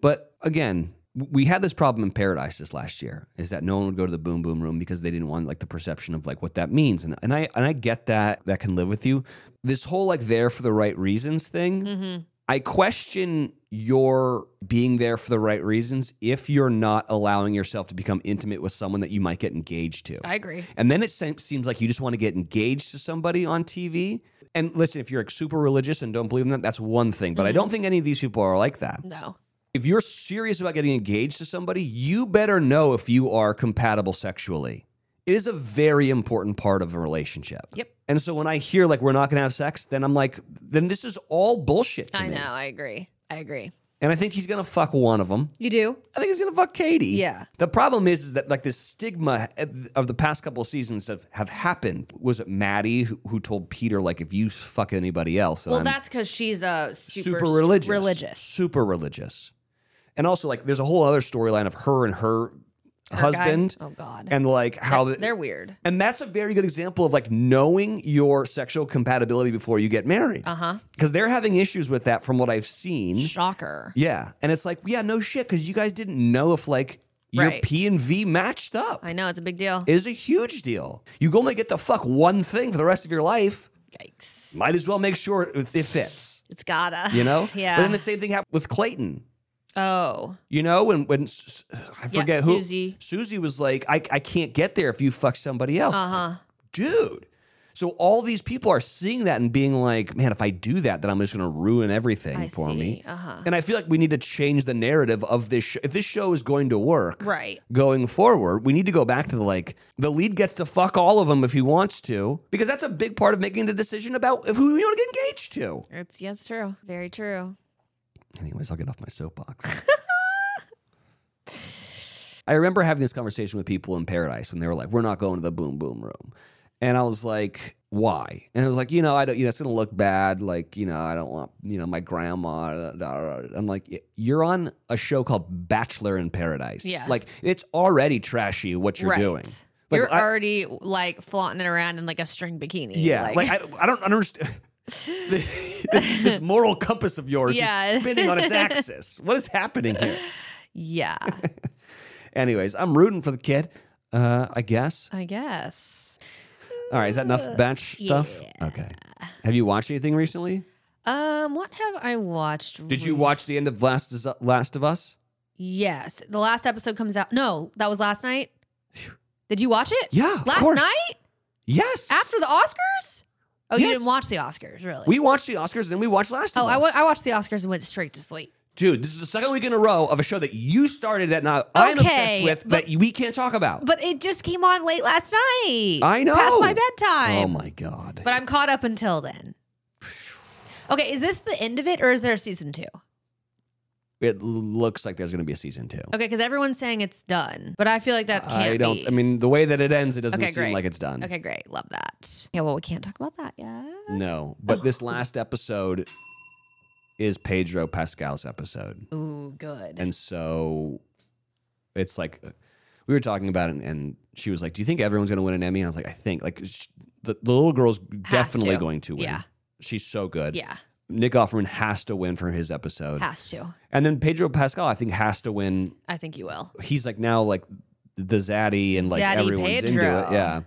Speaker 1: but again. We had this problem in Paradise this last year is that no one would go to the boom boom room because they didn't want like the perception of like what that means and and I and I get that that can live with you this whole like there for the right reasons thing
Speaker 2: mm-hmm.
Speaker 1: I question your being there for the right reasons if you're not allowing yourself to become intimate with someone that you might get engaged to.
Speaker 3: I agree.
Speaker 1: and then it se- seems like you just want to get engaged to somebody on TV. And listen, if you're like, super religious and don't believe in that, that's one thing. But I
Speaker 2: Mm-hmm.
Speaker 1: don't think any of these people are like that.
Speaker 2: No.
Speaker 1: If you're serious about getting engaged to somebody, you better know if you are compatible sexually. It is a very important part of a relationship.
Speaker 2: Yep.
Speaker 1: And so when I hear like we're not going to have sex, then I'm like, then this is all bullshit to
Speaker 2: I
Speaker 1: me.
Speaker 2: know. I agree. I agree.
Speaker 1: And I think he's gonna fuck one of them.
Speaker 2: You do?
Speaker 1: I think he's gonna fuck Katie.
Speaker 2: Yeah.
Speaker 1: The problem is, is that like this stigma of the past couple of seasons have, have happened. Was it Maddie who, who told Peter like if you fuck anybody else? then
Speaker 2: Well,
Speaker 1: I'm
Speaker 2: that's because she's a super,
Speaker 1: super, religious,
Speaker 2: Religious.
Speaker 1: super religious, and also like there's a whole other storyline of her and her,
Speaker 2: Her guy?
Speaker 1: husband,
Speaker 2: Oh, God.
Speaker 1: and like how the-
Speaker 2: They're weird.
Speaker 1: and that's a very good example of like knowing your sexual compatibility before you get married
Speaker 2: Uh huh.
Speaker 1: because they're having issues with that from what I've seen.
Speaker 2: Shocker.
Speaker 1: Mm-hmm. Yeah. And it's like, yeah, no shit, because you guys didn't know if like your
Speaker 2: Right.
Speaker 1: P and V matched up.
Speaker 2: I know. It's a big deal.
Speaker 1: It is a huge deal. You only get to fuck one thing for the rest of your life.
Speaker 2: Yikes.
Speaker 1: Might as well make sure it, it fits.
Speaker 2: It's gotta.
Speaker 1: You know?
Speaker 2: <laughs> <sighs> Yeah.
Speaker 1: But then the same thing happened with Clayton.
Speaker 2: oh.
Speaker 1: You know, when when S- S- I
Speaker 3: Yeah,
Speaker 1: forget who
Speaker 3: Susie.
Speaker 1: Susie was like, I, I can't get there if you fuck somebody else. It's like,
Speaker 2: Uh huh.
Speaker 1: Dude. So all these people are seeing that and being like, man, if I do that, then I'm just gonna ruin everything
Speaker 2: I
Speaker 1: for
Speaker 2: see.
Speaker 1: me.
Speaker 2: Uh huh.
Speaker 1: And I feel like we need to change the narrative of this. Sh- if this show is going to work
Speaker 2: Right.
Speaker 1: going forward, we need to go back to the like the lead gets to fuck all of them if he wants to, because that's a big part of making the decision about if who you want to get engaged to.
Speaker 2: It's yeah, it's true. Very true.
Speaker 1: Anyways, I'll get off my
Speaker 2: <laughs>
Speaker 1: soapbox. I remember having this conversation with people in Paradise when they were like, "We're not going to the boom boom room," and I was like, "Why?" And I was like, "You know, I don't. You know, it's gonna look bad. Like, you know, I don't want. You know, my grandma." da, da, da, da." I'm like, "Y- "You're on a show called Bachelor in Paradise.
Speaker 2: Yeah.
Speaker 1: Like, it's already trashy what you're
Speaker 2: right.
Speaker 1: doing. Like,
Speaker 2: You're
Speaker 1: I-
Speaker 2: already like flaunting it around in like a string bikini.
Speaker 1: yeah. Like, I, I don't understand." <laughs> this, this moral compass of yours
Speaker 2: Yeah.
Speaker 1: is spinning on its
Speaker 2: <laughs>
Speaker 1: axis. What is happening here?
Speaker 2: <laughs> yeah.
Speaker 1: Anyways, I'm rooting for the kid. Uh, I guess.
Speaker 2: I guess.
Speaker 1: All right, is that
Speaker 2: Uh,
Speaker 1: enough batch stuff? Okay. Have you watched anything recently?
Speaker 2: Um, what have I watched?
Speaker 1: Did you
Speaker 2: re-
Speaker 1: watch the end of Last is- Last of Us?
Speaker 2: Yes, the last episode comes out. No, that was last night. Did you watch it?
Speaker 1: Yeah, of
Speaker 2: last
Speaker 1: course.
Speaker 2: night
Speaker 1: Yes.
Speaker 2: after the Oscars. Oh, you
Speaker 1: Yes.
Speaker 2: didn't watch the Oscars, really?
Speaker 1: we watched the Oscars and then we watched Last
Speaker 2: oh,
Speaker 1: of
Speaker 2: I,
Speaker 1: Us.
Speaker 2: wa- I watched the Oscars and went straight to sleep.
Speaker 1: Dude, this is the second week in a row of a show that you started that now I'm obsessed
Speaker 2: Okay,
Speaker 1: with
Speaker 2: but-
Speaker 1: that we can't talk about.
Speaker 2: But it just came on late last night.
Speaker 1: I know.
Speaker 2: past my bedtime.
Speaker 1: oh my god.
Speaker 2: But I'm caught up until then. Okay, is this the end of it, or is there a season two?
Speaker 1: it looks like there's going to be a season 2.
Speaker 2: Okay, because everyone's saying it's done, but I feel like that can't
Speaker 1: I don't
Speaker 2: be.
Speaker 1: I mean the way that it ends it doesn't
Speaker 2: Okay,
Speaker 1: seem
Speaker 2: great.
Speaker 1: like it's done.
Speaker 2: okay, great, love that. Yeah, well, we can't talk about that yet.
Speaker 1: No, but this last episode is Pedro Pascal's episode.
Speaker 2: Ooh, good.
Speaker 1: And so it's like we were talking about it, and, and she was like, "Do you think everyone's going to win an Emmy?" And I was like, "I think like sh- the, the little girl's definitely
Speaker 2: to.
Speaker 1: going to win.
Speaker 2: Yeah.
Speaker 1: She's so good.
Speaker 2: yeah,
Speaker 1: Nick Offerman has to win for his episode,
Speaker 2: has to.
Speaker 1: and then Pedro Pascal I think has to win.
Speaker 2: I think you will.
Speaker 1: He's like now like the zaddy and like
Speaker 2: Zaddy
Speaker 1: everyone's into
Speaker 2: Pedro.
Speaker 1: it. Yeah.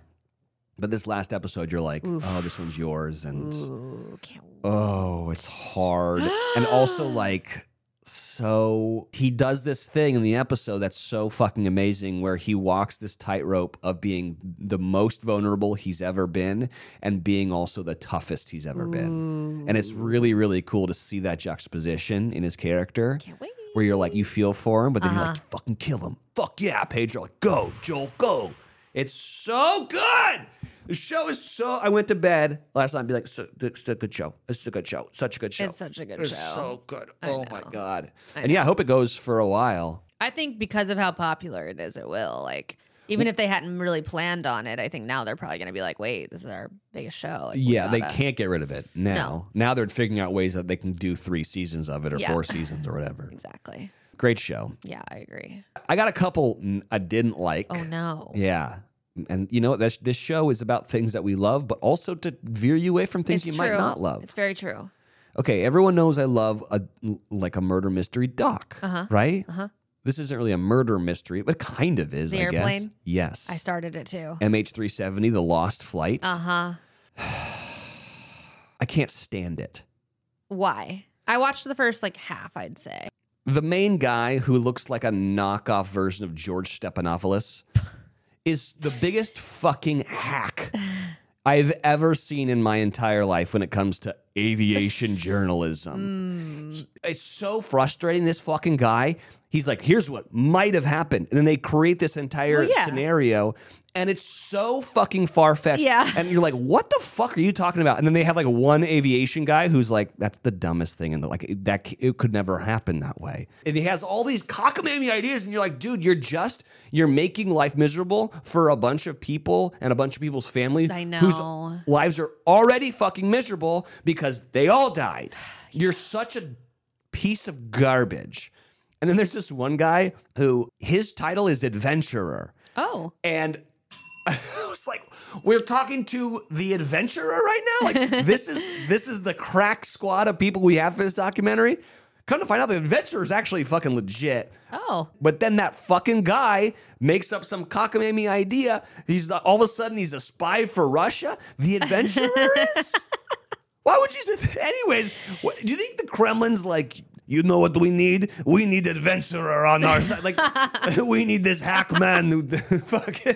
Speaker 1: But this last episode, you're like,
Speaker 2: Oof.
Speaker 1: "Oh, this one's yours," and
Speaker 2: Ooh, can't.
Speaker 1: oh, it's hard, and also like so he does this thing in the episode that's so fucking amazing where he walks this tightrope of being the most vulnerable he's ever been and being also the toughest he's ever been. And it's really, really cool to see that juxtaposition in his character
Speaker 2: Can't wait.
Speaker 1: where you're like, you feel for him, but then you're like,
Speaker 2: Uh-huh.
Speaker 1: fucking kill him. Fuck yeah, Pedro. Like, go, Joel, go. It's so good. The show is so. I went to bed last night and be like, so, it's a good show. It's a good show. Such a good show.
Speaker 2: It's such a good
Speaker 1: It's
Speaker 2: show.
Speaker 1: so good.
Speaker 2: I
Speaker 1: oh my
Speaker 2: know.
Speaker 1: God. and yeah, I hope it goes for a while.
Speaker 2: I think because of how popular it is, it will. Like, even if they hadn't really planned on it, I think now they're probably going to be like, wait, this is our biggest show. Like, we
Speaker 1: Yeah, they
Speaker 2: gotta-
Speaker 1: can't get rid of it now. Now they're figuring out ways that they can do three seasons of it or
Speaker 2: Yeah.
Speaker 1: four seasons or whatever.
Speaker 2: Exactly.
Speaker 1: Great show.
Speaker 2: Yeah, I agree.
Speaker 1: I got a couple n- I didn't like.
Speaker 2: Oh, no.
Speaker 1: Yeah. And you know what? That's- This show is about things that we love, but also to veer you away from things
Speaker 2: It's
Speaker 1: you
Speaker 2: true.
Speaker 1: might not love.
Speaker 2: It's very true.
Speaker 1: okay, everyone knows I love a like a murder mystery doc,
Speaker 2: Uh-huh.
Speaker 1: right?
Speaker 2: Uh-huh.
Speaker 1: This isn't really a murder mystery, but kind of is,
Speaker 2: The
Speaker 1: I guess.
Speaker 2: airplane?
Speaker 1: Yes.
Speaker 2: I started it too.
Speaker 1: MH370, The Lost Flight.
Speaker 2: Uh huh.
Speaker 1: I can't stand it.
Speaker 2: Why? I watched the first like half, I'd say.
Speaker 1: The main guy who looks like a knockoff version of George
Speaker 2: <laughs>
Speaker 1: Stephanopoulos is the biggest fucking hack I've ever seen in my entire life when it comes to
Speaker 2: <laughs>
Speaker 1: aviation journalism.
Speaker 2: Hmm.
Speaker 1: It's so frustrating. This fucking guy, he's like, here's what might have happened. And then they create this entire
Speaker 2: Well, yeah.
Speaker 1: scenario and it's so fucking far fetched.
Speaker 2: Yeah.
Speaker 1: And you're like, what the fuck are you talking about? And then they have like one aviation guy who's like, that's the dumbest thing. And like, that it could never happen that way. And he has all these cockamamie ideas. And you're like, dude, you're just, you're making life miserable for a bunch of people and a bunch of people's families
Speaker 2: I know.
Speaker 1: whose lives are already fucking miserable because they all
Speaker 2: <sighs>
Speaker 1: died. You're such a piece of garbage. And then there's this one guy who his title is adventurer.
Speaker 2: Oh,
Speaker 1: And <laughs> I was like, we're talking to the adventurer right now? Like this is this is the crack squad of people we have for this documentary. Come to find out the adventurer is actually fucking legit.
Speaker 2: oh,
Speaker 1: But then that fucking guy makes up some cockamamie idea. He's the- all of a sudden he's a spy for Russia. The adventurer is. Why would you? Say, anyways, what, do you think the Kremlin's like? You know what we need? We need adventurer on our side. Like <laughs> we need this hack man who <laughs> fucking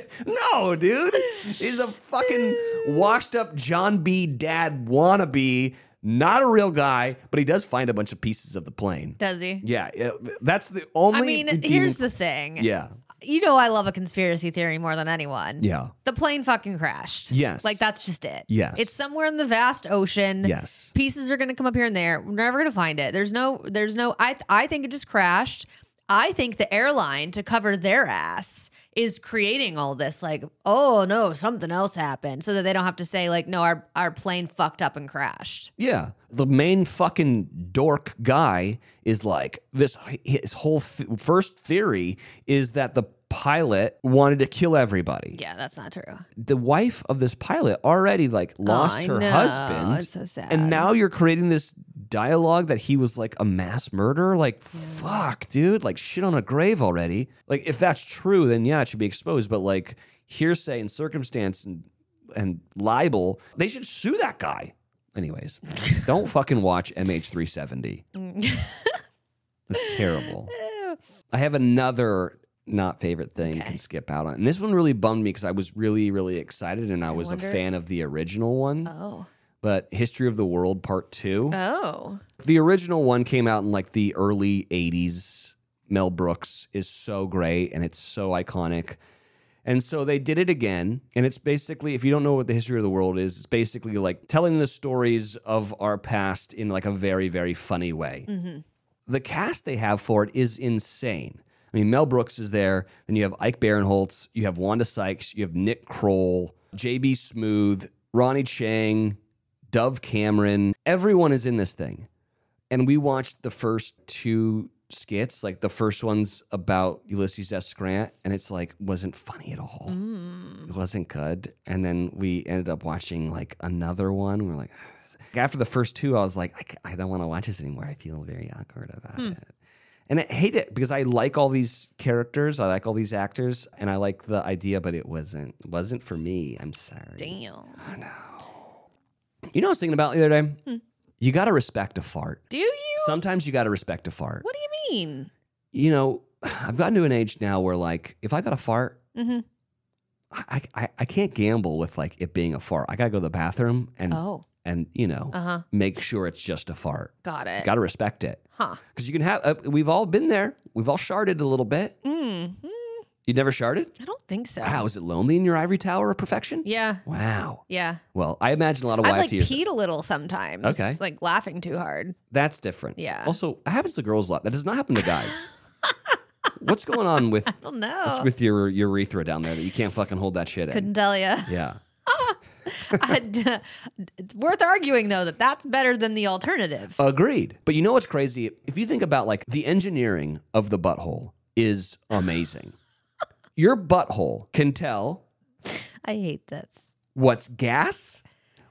Speaker 1: no, dude. He's a fucking washed up John B. Dad wannabe. Not a real guy, but he does find a bunch of pieces of the plane.
Speaker 2: does he?
Speaker 1: Yeah, yeah, that's the only.
Speaker 2: I mean,
Speaker 1: redeeming-
Speaker 2: here's the thing.
Speaker 1: yeah,
Speaker 2: You know, I love a conspiracy theory more than anyone.
Speaker 1: yeah,
Speaker 2: The plane fucking crashed.
Speaker 1: Yes.
Speaker 2: Like, that's just it.
Speaker 1: Yes.
Speaker 2: It's somewhere in the vast ocean.
Speaker 1: yes.
Speaker 2: pieces are going to come up here and there. We're never going to find it. There's no, there's no, I, I think it just crashed. I think the airline to cover their ass is creating all this like, oh no, something else happened so that they don't have to say like, no, our, our plane fucked up and crashed.
Speaker 1: Yeah, the main fucking dork guy is like this. His whole th- first theory is that the pilot wanted to kill everybody.
Speaker 2: Yeah, that's not true.
Speaker 1: The wife of this pilot already like lost
Speaker 2: I
Speaker 1: her
Speaker 2: know.
Speaker 1: husband.
Speaker 2: It's so sad.
Speaker 1: And now you're creating this dialogue that he was like a mass murderer. Like, fuck, dude. Like, shit on a grave already. Like, if that's true, then yeah, it should be exposed. But like, hearsay and circumstance and, and libel, they should sue that guy. Anyways,
Speaker 2: <laughs>
Speaker 1: don't fucking watch MH370. That's terrible. I have another not favorite thing you
Speaker 2: Okay.
Speaker 1: can skip out on. And this one really bummed me because I was really, really excited and I, was
Speaker 2: wonder-
Speaker 1: a fan of the original one
Speaker 2: oh,
Speaker 1: but History of the World Part 2.
Speaker 2: oh,
Speaker 1: the original one came out in like the early 80s. Mel Brooks is so great and it's so iconic. And so they did it again. And it's basically, if you don't know what the history of the world is, it's basically like telling the stories of our past in like a very, very funny way the cast they have for it is insane. I mean, Mel Brooks is there. Then you have Ike Barinholtz. You have Wanda Sykes. You have Nick Kroll, J.B. Smooth, Ronnie Chang, Dove Cameron. Everyone is in this thing. And we watched the first two skits. Like the first one's about Ulysses S. Grant, and it's like wasn't funny at all. It wasn't good. And then we ended up watching like another one. We're like, "Ah." after the first two, I was like, I c- I, don't want to watch this anymore. I feel very awkward about it. And I hate it because I like all these characters, I like all these actors, and I like the idea, but it wasn't it wasn't for me. I'm sorry.
Speaker 2: damn. Hmm.
Speaker 1: You know what I was thinking about the other day? You gotta respect a fart.
Speaker 2: Do you?
Speaker 1: Sometimes you gotta respect a fart.
Speaker 2: What do you mean?
Speaker 1: you know, <sighs> I've gotten to an age now where like if I got a fart,
Speaker 2: Mhm.
Speaker 1: I I, I can't gamble with like it being a fart. I gotta go to the bathroom and
Speaker 3: Oh,
Speaker 1: and you know
Speaker 2: Uh Eh. huh.
Speaker 1: make sure it's just a fart.
Speaker 2: Got it.
Speaker 1: Gotta respect it
Speaker 2: huh.
Speaker 1: because you can have. Uh, we've all been there. We've all sharded a little bit.
Speaker 2: Mm. Mm,
Speaker 1: You never sharded?
Speaker 2: I don't think so.
Speaker 1: Wow, is it lonely in your ivory tower of perfection?
Speaker 2: Yeah.
Speaker 1: Wow.
Speaker 2: Yeah.
Speaker 1: Well, I imagine a lot of
Speaker 2: I've
Speaker 1: wives.
Speaker 2: like peed a little sometimes.
Speaker 1: Okay.
Speaker 2: Like laughing too hard.
Speaker 1: That's different.
Speaker 2: Yeah.
Speaker 1: Also, it happens to girls a lot. That does not happen to guys. <laughs> What's going on
Speaker 2: <laughs>
Speaker 1: with
Speaker 2: I don't know.
Speaker 1: with your urethra down there that you can't fucking hold that shit in?
Speaker 2: Couldn't
Speaker 1: <laughs>
Speaker 2: tell <laughs> you.
Speaker 1: Yeah.
Speaker 2: it's worth arguing though that that's better than the alternative.
Speaker 1: Agreed. But you know what's crazy? If you think about like the engineering of the butthole is
Speaker 2: <laughs>
Speaker 1: amazing. Your butthole can tell Oh.
Speaker 2: I hate this.
Speaker 1: what's gas,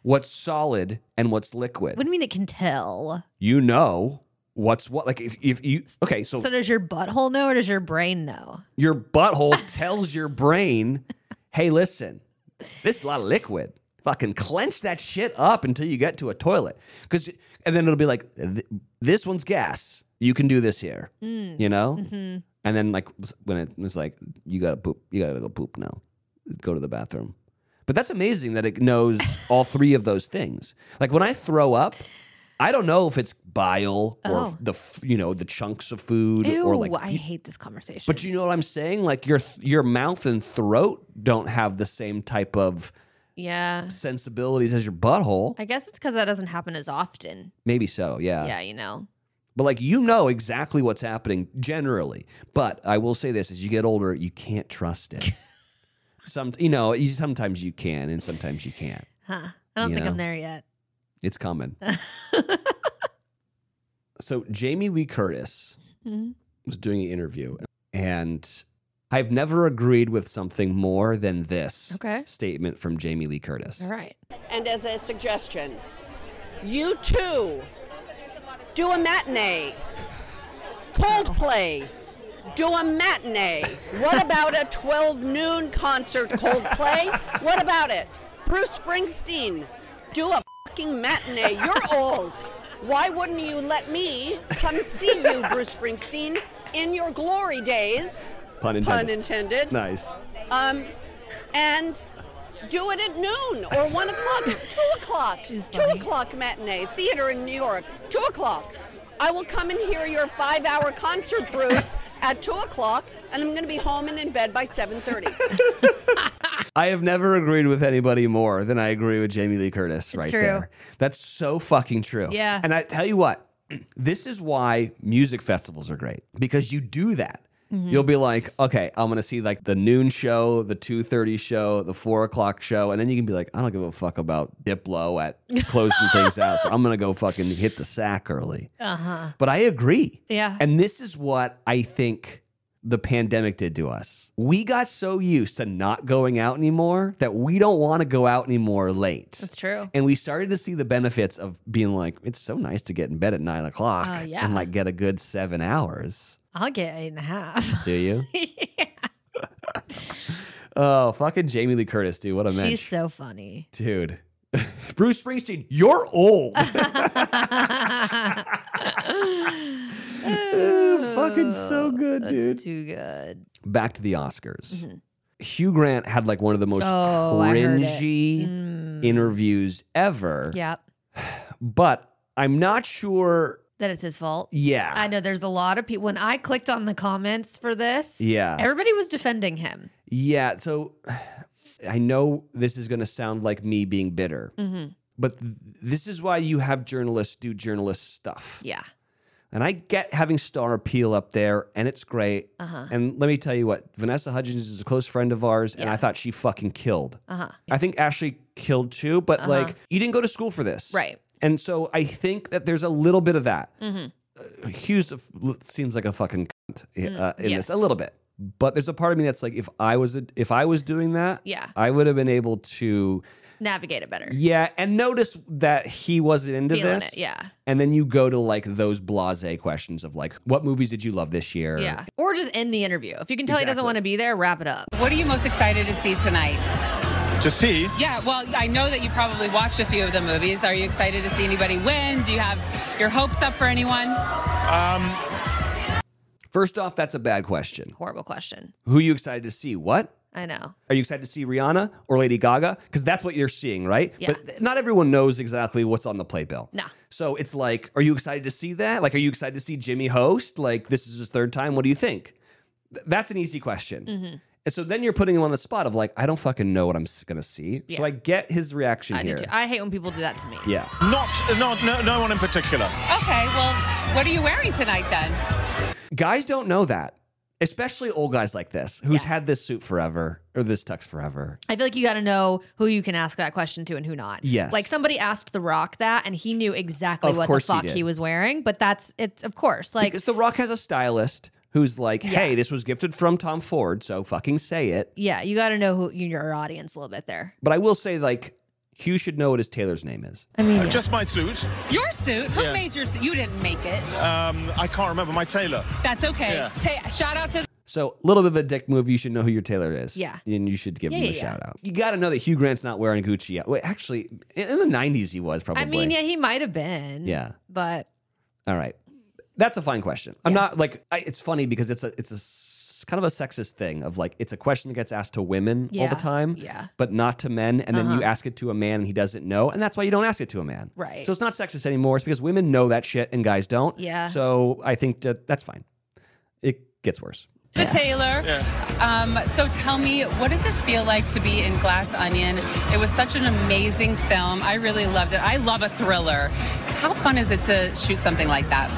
Speaker 1: what's solid, and what's liquid.
Speaker 2: What do you mean it can tell?
Speaker 1: you know what's what. Like if, if you okay, so,
Speaker 2: So does your butthole know or does your brain know?
Speaker 1: your butthole <laughs> tells your brain, hey, listen, this is a lot of liquid. Fucking clench that shit up until you get to a toilet. Cause and then it'll be like "Th- this one's gas. You can do this here. You know?
Speaker 2: Mhm.
Speaker 1: And then like when it was like, you gotta poop, you gotta go poop now. Go to the bathroom. But that's amazing that it
Speaker 2: <laughs>
Speaker 1: knows all three of those things. Like when I throw up, I don't know if it's bile or
Speaker 2: Oh.
Speaker 1: the f- you know the chunks of food
Speaker 2: Ew,
Speaker 1: or like
Speaker 2: I hate this conversation.
Speaker 1: but you know what I'm saying? Like your your mouth and throat don't have the same type of
Speaker 2: yeah.
Speaker 1: sensibilities as your butthole.
Speaker 2: I guess it's because that doesn't happen as often.
Speaker 1: Maybe so, yeah.
Speaker 2: yeah, you know.
Speaker 1: But like you know exactly what's happening generally. But I will say this: as you get older, you can't trust
Speaker 2: <laughs>
Speaker 1: it. Some, you know, you, sometimes you can, and sometimes you can't.
Speaker 2: Huh. I don't
Speaker 1: You
Speaker 2: think I'm
Speaker 1: know.
Speaker 2: there yet.
Speaker 1: It's
Speaker 2: <laughs>
Speaker 1: coming. so Jamie Lee Curtis
Speaker 2: Mhm.
Speaker 1: was doing an interview, and I've never agreed with something more than this
Speaker 2: Okay.
Speaker 1: statement from Jamie Lee Curtis.
Speaker 2: All right.
Speaker 4: And as a suggestion, you too do a matinee. Coldplay, do a matinee. What about a 12 noon concert, Coldplay? What about it? Bruce Springsteen, do a fucking matinee. You're old. Why wouldn't you let me come see you, Bruce Springsteen, in your glory days?
Speaker 1: Pun intended.
Speaker 4: Pun intended.
Speaker 1: Nice.
Speaker 4: Um, and do it at noon or one o'clock, <laughs> two o'clock,
Speaker 2: She's
Speaker 4: two
Speaker 2: funny.
Speaker 4: o'clock matinee theater in New York, two o'clock. I will come and hear your five-hour concert,
Speaker 2: <laughs>
Speaker 4: Bruce, at two o'clock, and I'm going to be home and in bed by seven thirty.
Speaker 1: I have never agreed with anybody more than I agree with Jamie Lee Curtis right
Speaker 2: true.
Speaker 1: there. That's so fucking true.
Speaker 2: Yeah.
Speaker 1: And I tell you what, <clears throat> this is why music festivals are great because you do that.
Speaker 2: Mm-hmm.
Speaker 1: You'll be like, okay, I'm gonna see like the noon show, the two thirty show, the four o'clock show, and then you can be like, I don't give a fuck about Diplo at closing
Speaker 2: <laughs>
Speaker 1: things out, so I'm gonna go fucking hit the sack early.
Speaker 2: Uh huh.
Speaker 1: But I agree.
Speaker 2: Yeah.
Speaker 1: Uh-huh. And this is what I think the pandemic did to us. We got so used to not going out anymore that we don't want to go out anymore late.
Speaker 2: That's true.
Speaker 1: And we started to see the benefits of being like, it's so nice to get in bed at nine o'clock
Speaker 2: Oh, yeah.
Speaker 1: and like get a good seven hours.
Speaker 2: I'll get eight and a half. <laughs>
Speaker 1: Do
Speaker 2: <sighs>
Speaker 1: you?
Speaker 2: yeah.
Speaker 1: oh, fucking Jamie Lee Curtis, dude. What a man.
Speaker 2: She's so funny.
Speaker 1: <laughs>
Speaker 2: <laughs>
Speaker 1: Dude. Bruce Springsteen, you're old.
Speaker 2: Oh,
Speaker 1: fucking so good,
Speaker 2: that's
Speaker 1: dude.
Speaker 2: Too good.
Speaker 1: Back to the Oscars. Hugh Grant had like one of the most
Speaker 2: Mm-hmm. Oh, I heard it.
Speaker 1: cringy interviews ever.
Speaker 2: Mm, Yeah,
Speaker 1: but I'm not sure.
Speaker 2: that it's his fault.
Speaker 1: Yeah.
Speaker 2: I know there's a lot of people. When I clicked on the comments for this,
Speaker 1: Yeah.
Speaker 2: everybody was defending him.
Speaker 1: yeah. So <sighs> I know this is going to sound like me being bitter,
Speaker 2: Mm-hmm.
Speaker 1: but th- this is why you have journalists do journalist stuff.
Speaker 2: Yeah.
Speaker 1: And I get having star appeal up there, and it's great.
Speaker 2: Uh huh.
Speaker 1: And let me tell you what, Vanessa Hudgens is a close friend of ours, and
Speaker 2: Yeah.
Speaker 1: I thought she fucking killed.
Speaker 2: Uh huh.
Speaker 1: I think Ashley killed too, but
Speaker 2: Uh-huh.
Speaker 1: like, you didn't go to school for this.
Speaker 2: Right.
Speaker 1: And so I think that there's a little bit of that. Uh,
Speaker 2: Mm-hmm.
Speaker 1: Hughes f- l- seems like a fucking cunt uh, in
Speaker 2: Mm, yes.
Speaker 1: this a little bit, but there's a part of me that's like, if I was a, if I was doing that,
Speaker 2: Yeah.
Speaker 1: I would have been able to,
Speaker 2: Navigate it better.
Speaker 1: yeah, and notice that he wasn't into
Speaker 2: Feeling
Speaker 1: this,
Speaker 2: it. Yeah.
Speaker 1: And then you go to like those blasé questions of like, what movies did you love this year?
Speaker 2: Yeah. Or just end the interview. If you can tell he doesn't
Speaker 1: Exactly.
Speaker 2: want to be there, wrap it up.
Speaker 5: What are you most excited to see tonight?
Speaker 6: to see.
Speaker 5: Yeah, well, I know that you probably watched a few of the movies. Are you excited to see anybody win? Do you have your hopes up for anyone?
Speaker 1: First off, that's a bad question.
Speaker 2: Horrible question.
Speaker 1: Who you excited to see? What?
Speaker 2: I know.
Speaker 1: Are you excited to see Rihanna or Lady Gaga? Because that's what you're seeing, right?
Speaker 2: Yeah.
Speaker 1: But th- not everyone knows exactly what's on the playbill.
Speaker 2: Nah.
Speaker 1: So it's like, are you excited to see that? Like, are you excited to see Jimmy host? Like, this is his third time. What do you think? Th- That's an easy question.
Speaker 2: Mm-hmm.
Speaker 1: And so then you're putting him on the spot of like, I don't fucking know what I'm going to see. So
Speaker 2: Yeah.
Speaker 1: I get his reaction
Speaker 2: I do
Speaker 1: here.
Speaker 2: too. I hate when people do that to me.
Speaker 1: yeah.
Speaker 6: Not, not no, no one in particular. Uh,
Speaker 5: Okay, well, what are you wearing tonight then?
Speaker 1: Guys don't know that, especially old guys like this who's
Speaker 2: Yeah.
Speaker 1: had this suit forever or this tux forever.
Speaker 2: I feel like you got to know who you can ask that question to and who not.
Speaker 1: Yes.
Speaker 2: Like somebody asked The Rock that, and he knew exactly
Speaker 1: Of
Speaker 2: what the
Speaker 1: course he
Speaker 2: fuck
Speaker 1: did.
Speaker 2: he, was wearing. But that's it's of course like
Speaker 1: because The Rock has a stylist who's like, hey, this was gifted from Tom Ford, so fucking say it.
Speaker 2: yeah, you got to know who your audience a little bit there.
Speaker 1: But I will say, like, Hugh should know what his tailor's name is.
Speaker 2: I mean, yeah.
Speaker 6: Just my suit.
Speaker 5: Your suit? Who made your suit? You didn't make it.
Speaker 6: Um, I can't remember my tailor.
Speaker 5: That's okay.
Speaker 6: Yeah.
Speaker 5: Ta- shout out to
Speaker 1: So a little bit of a dick move. You should know who your tailor is.
Speaker 2: Yeah.
Speaker 1: And you should give
Speaker 2: Yeah,
Speaker 1: him a
Speaker 2: yeah, yeah.
Speaker 1: shout out. You got to know that Hugh Grant's not wearing Gucci yet. Wait, actually, in in the 90s, he was probably.
Speaker 2: I mean, yeah, he might have been.
Speaker 1: Yeah.
Speaker 2: But
Speaker 1: All right. That's a fine question. I'm not like I, it's funny because it's a it's a s- kind of a sexist thing of like it's a question that gets asked to women all
Speaker 2: Yeah,
Speaker 1: the time,
Speaker 2: yeah. Uh-huh.
Speaker 1: but not to men. And then you ask it to a man and he doesn't know, and that's why you don't ask it to a man.
Speaker 2: Right.
Speaker 1: So it's not sexist anymore. It's because women know that shit and guys don't.
Speaker 2: Yeah.
Speaker 1: So I think that that's fine. It gets worse.
Speaker 5: the tailor. Um, so tell me, what does it feel like to be in Glass Onion? It was such an amazing film. I really loved it. I love a thriller. How fun is it to shoot something like that?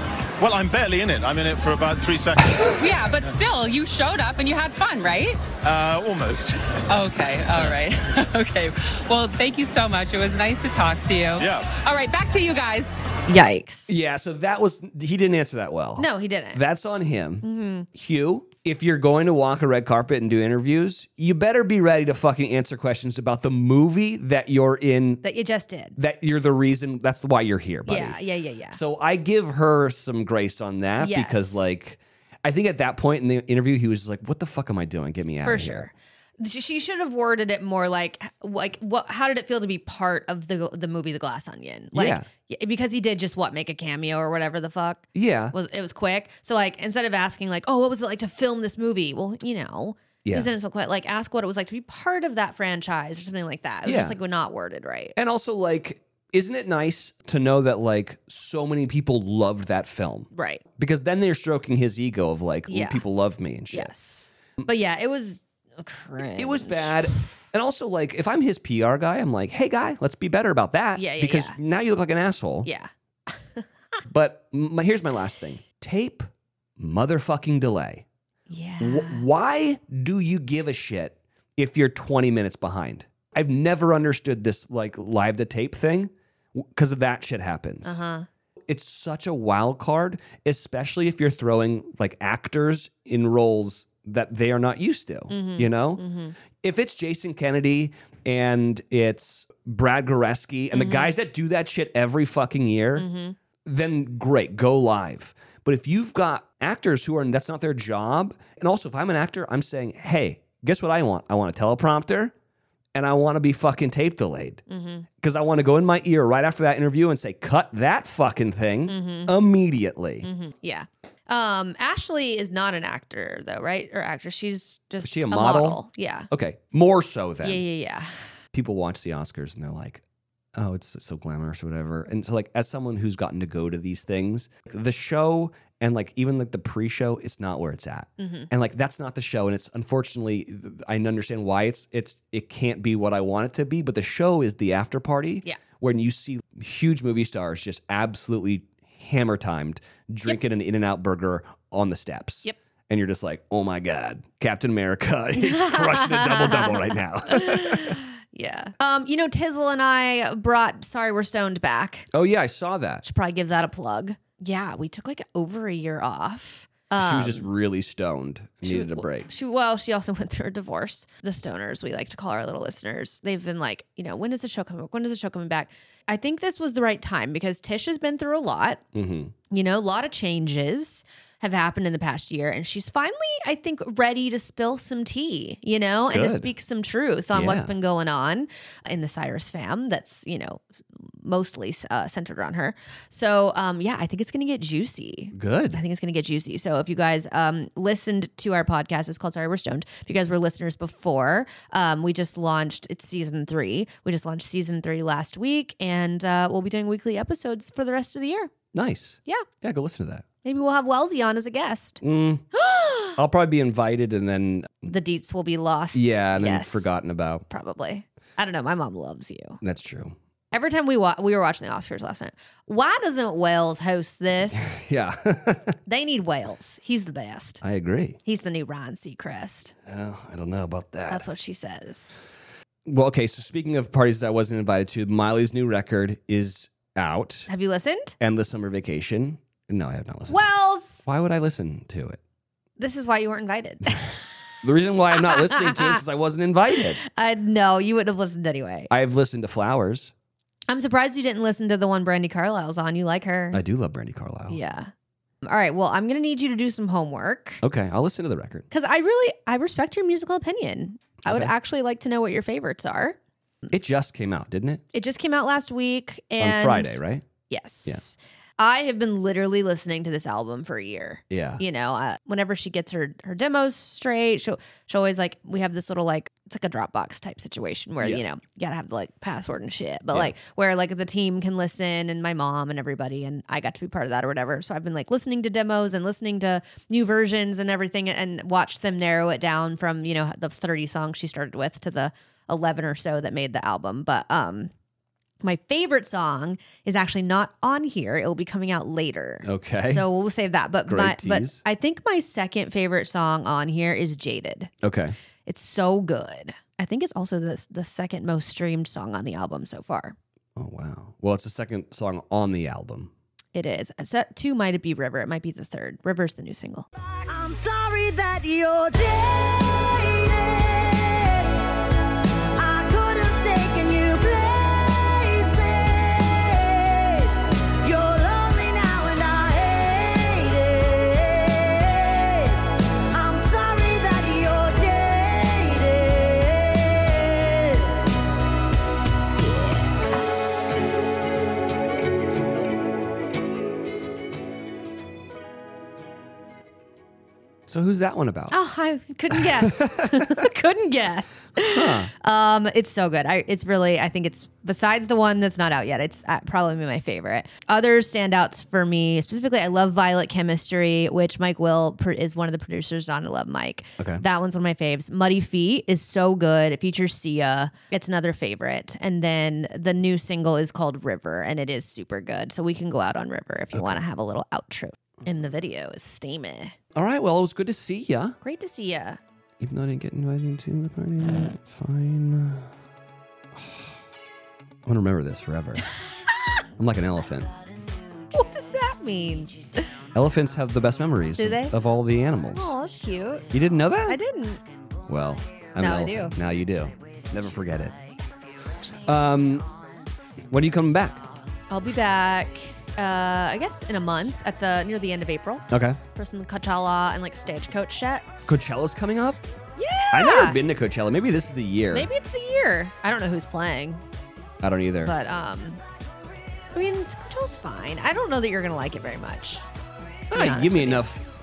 Speaker 6: Well, I'm barely in it. I'm in it for about three seconds.
Speaker 5: Yeah, but still, you showed up and you had fun, right?
Speaker 6: uh, almost.
Speaker 5: Okay, all right. <laughs> okay. Well, thank you so much. It was nice to talk to you.
Speaker 6: Yeah.
Speaker 5: All right, back to you guys.
Speaker 2: yikes.
Speaker 1: Yeah. So that was he didn't answer that well.
Speaker 2: No, he didn't.
Speaker 1: That's on him.
Speaker 2: Mm-hmm.
Speaker 1: Hugh, if you're going to walk a red carpet and do interviews, you better be ready to fucking answer questions about the movie that you're in,
Speaker 2: that you just did.
Speaker 1: that you're the reason, that's why you're here, buddy.
Speaker 2: Yeah, yeah, yeah, yeah.
Speaker 1: So I give her some grace on that
Speaker 2: Yes.
Speaker 1: because, like, I think at that point in the interview, he was just like, what the fuck am I doing? Get me out
Speaker 2: For
Speaker 1: of here.
Speaker 2: sure. She she should have worded it more like like what how did it feel to be part of the the movie The Glass Onion? Like
Speaker 1: Yeah.
Speaker 2: y- because he did just what make a cameo or whatever the fuck.
Speaker 1: Yeah.
Speaker 2: Was it was quick. So like instead of asking like, "Oh, what was it like to film this movie?" Well, you know,
Speaker 1: Yeah.
Speaker 2: he was in it so quick. Like ask what it was like to be part of that franchise or something like that. It was
Speaker 1: Yeah. Eh.
Speaker 2: just like not worded right.
Speaker 1: And also, like, isn't it nice to know that, like, so many people loved that film?
Speaker 2: Right.
Speaker 1: Because then they're stroking his ego of, like,
Speaker 2: Yeah.
Speaker 1: people love me and shit.
Speaker 2: Yes. But yeah, it was cringe.
Speaker 1: It was bad. And also, like, if I'm his PR guy, I'm like, hey, guy, let's be better about that.
Speaker 2: Yeah, yeah,
Speaker 1: Because
Speaker 2: yeah.
Speaker 1: now you look like an asshole.
Speaker 2: Yeah.
Speaker 1: But my, here's my last thing tape motherfucking delay.
Speaker 2: Yeah.
Speaker 1: Wh- why do you give a shit if you're 20 minutes behind? I've never understood this, like, live to tape thing because of that shit happens.
Speaker 2: Uh-huh.
Speaker 1: It's such a wild card, especially if you're throwing, like, actors in roles that they are not used to, you know? if it's Jason Kennedy and it's Brad Goreski and the guys that do that shit every fucking year, then great, go live. But if you've got actors who are that's not their job, and also if I'm an actor, I'm saying, hey, guess what I want? I want a teleprompter and I want to be fucking tape delayed because I want to go in my ear right after that interview and say, cut that fucking thing immediately.
Speaker 2: Yeah. Um, Ashley is not an actor though, right? Or actress. She's just
Speaker 1: she a model?
Speaker 2: Yeah.
Speaker 1: Okay, more so
Speaker 2: Yeah,
Speaker 1: then.
Speaker 2: yeah, yeah.
Speaker 1: people watch the Oscars and they're like, oh, it's so glamorous or whatever. And so, like, as someone who's gotten to go to these things, the show and like even like the pre-show, it's not where it's at.
Speaker 2: Mm-hmm.
Speaker 1: And like that's not the show. And it's unfortunately, th- I understand why it's it's it can't be what I want it to be. But the show is the after party.
Speaker 2: Yeah.
Speaker 1: When you see huge movie stars just absolutely hammer timed drinking an In and Out burger on the steps.
Speaker 2: Yep.
Speaker 1: And you're just like, oh my God, Captain America <laughs> is crushing a double double right
Speaker 2: <laughs>
Speaker 1: now.
Speaker 2: Yeah. Um, you know, Tizzle and I brought Sorry We're Stoned back.
Speaker 1: oh, yeah, I saw that.
Speaker 2: Should probably give that a plug. Um, Yeah, we took like over a year off.
Speaker 1: she was just really stoned, needed a break.
Speaker 2: She well, she also <laughs> went through a divorce. The stoners, we like to call our little listeners. They've been like, you know, when is the show coming back? When is the show coming back? I think this was the right time because Tish has been through a lot.
Speaker 1: Mm-hmm.
Speaker 2: You know, a lot of changes have happened in the past year, and she's finally, I think, ready to spill some tea, you know, and to
Speaker 1: Good.
Speaker 2: speak some truth on what's
Speaker 1: Yeah.
Speaker 2: been going on in the Cyrus fam that's, you know, mostly uh, centered around her. So um, yeah, I think it's gonna get juicy.
Speaker 1: Good.
Speaker 2: I think it's going to get juicy. So if you guys um, listened to our podcast, it's called Sorry We're Stoned. If you guys were listeners before, um, we just launched it's season three. We just launched season three last week, and uh, we'll be doing weekly episodes for the rest of the year.
Speaker 1: Nice.
Speaker 2: Yeah,
Speaker 1: Yeah, go listen to <gasps> that.
Speaker 2: maybe we'll have Wellesley on as a guest.
Speaker 1: Mm. I'll probably be invited and then
Speaker 2: The deets will be lost.
Speaker 1: yeah, and then
Speaker 2: Yes.
Speaker 1: forgotten about.
Speaker 2: Probably. I don't know. My mom loves you.
Speaker 1: That's true. <laughs>
Speaker 2: Every time we wa- we were watching the Oscars last night, why doesn't Wales
Speaker 1: <laughs>
Speaker 2: host this?
Speaker 1: Yeah,
Speaker 2: they need Wales. He's the best.
Speaker 1: I agree.
Speaker 2: He's the new Ryan Seacrest.
Speaker 1: Well, I don't know about that.
Speaker 2: That's what she says.
Speaker 1: well, okay. So speaking of parties that I wasn't invited to, Miley's new record is out.
Speaker 2: Have you listened?
Speaker 1: Endless Summer Vacation. No, I have not listened.
Speaker 2: Wells,
Speaker 1: Why would I listen to it?
Speaker 2: this is why you
Speaker 1: <laughs>
Speaker 2: weren't invited.
Speaker 1: The reason why I'm not listening to it is because I wasn't <laughs> invited.
Speaker 2: uh, no, you wouldn't have listened anyway.
Speaker 1: I've listened to Flowers.
Speaker 2: I'm surprised you didn't listen to the one Brandy Carlisle's on. You like her.
Speaker 1: I do love Brandy Carlisle.
Speaker 2: yeah. All right. Well, I'm going to need you to do some homework
Speaker 1: Okay, I'll listen to the record.
Speaker 2: because I really, I respect your musical opinion. I would
Speaker 1: Okay.
Speaker 2: actually like to know what your favorites are.
Speaker 1: It just came out, didn't it?
Speaker 2: It just came out last week. And
Speaker 1: On Friday, right?
Speaker 2: Yes. I have been literally listening to this album for a year.
Speaker 1: Yeah.
Speaker 2: you know, uh, whenever she gets her her demos straight, she'll she always like we have this little like it's like a Dropbox type situation where
Speaker 1: Yeah.
Speaker 2: you know you gotta have the like password and shit, but
Speaker 1: Yeah.
Speaker 2: like where like the team can listen and my mom and everybody and I got to be part of that or whatever. So I've been like listening to demos and listening to new versions and everything and watched them narrow it down from you know the thirty songs she started with to the eleven or so that made the album, but um. My favorite song is actually not on here. It will be coming out later.
Speaker 1: Okay.
Speaker 2: So we'll save that. But
Speaker 1: Great
Speaker 2: my, but
Speaker 1: tease.
Speaker 2: I think my second favorite song on here is Jaded.
Speaker 1: Okay.
Speaker 2: It's so good. I think it's also the the second most streamed song on the album so far.
Speaker 1: Oh wow. Well, it's the second song on the album.
Speaker 2: It is. So two might it be River. It might be the third. River's the new single.
Speaker 7: I'm sorry that you're jaded. I could have taken you places. You're lonely now and I hate it. I'm sorry that you're jaded.
Speaker 1: So who's that one about?
Speaker 2: Oh, I couldn't guess. <laughs> couldn't guess. Um, it's so good. I, it's really, I think it's besides the one that's not out yet. It's uh, probably my favorite. Other standouts for me specifically, I love Violet Chemistry, which Mike Will pr- is one of the producers on. I love Mike.
Speaker 1: Okay.
Speaker 2: that one's one of my faves. Muddy Feet is so good. It features Sia. It's another favorite. And then the new single is called River, and it is super good. So we can go out on River if you want to have a little outro. And the video is steamy.
Speaker 1: All right. Well, it was good to see ya.
Speaker 2: Great to see ya.
Speaker 1: Even though I didn't get invited to the party, it's fine. <sighs> I'm gonna remember this
Speaker 2: <laughs>
Speaker 1: forever. I'm like an elephant.
Speaker 2: What does that mean?
Speaker 1: Elephants have the best memories
Speaker 2: Do
Speaker 1: of,
Speaker 2: they?
Speaker 1: of all the animals.
Speaker 2: Oh, that's cute.
Speaker 1: You didn't know that?
Speaker 2: I didn't.
Speaker 1: Well, I'm
Speaker 2: Now
Speaker 1: an
Speaker 2: I
Speaker 1: elephant.
Speaker 2: do.
Speaker 1: Now you do. Never forget it. Um, when are you coming back?
Speaker 2: I'll be back. Uh, I guess in a month at the near the end of April
Speaker 1: Okay.
Speaker 2: for some Coachella and like stagecoach shit.
Speaker 1: Coachella's coming up.
Speaker 2: Yeah,
Speaker 1: I've never been to Coachella. Maybe this is the year.
Speaker 2: Maybe it's the year. I don't know who's playing,
Speaker 1: I don't either.
Speaker 2: but um, I mean Coachella's fine. I don't know that you're gonna like it very much.
Speaker 1: Ah,
Speaker 2: be honest
Speaker 1: give me enough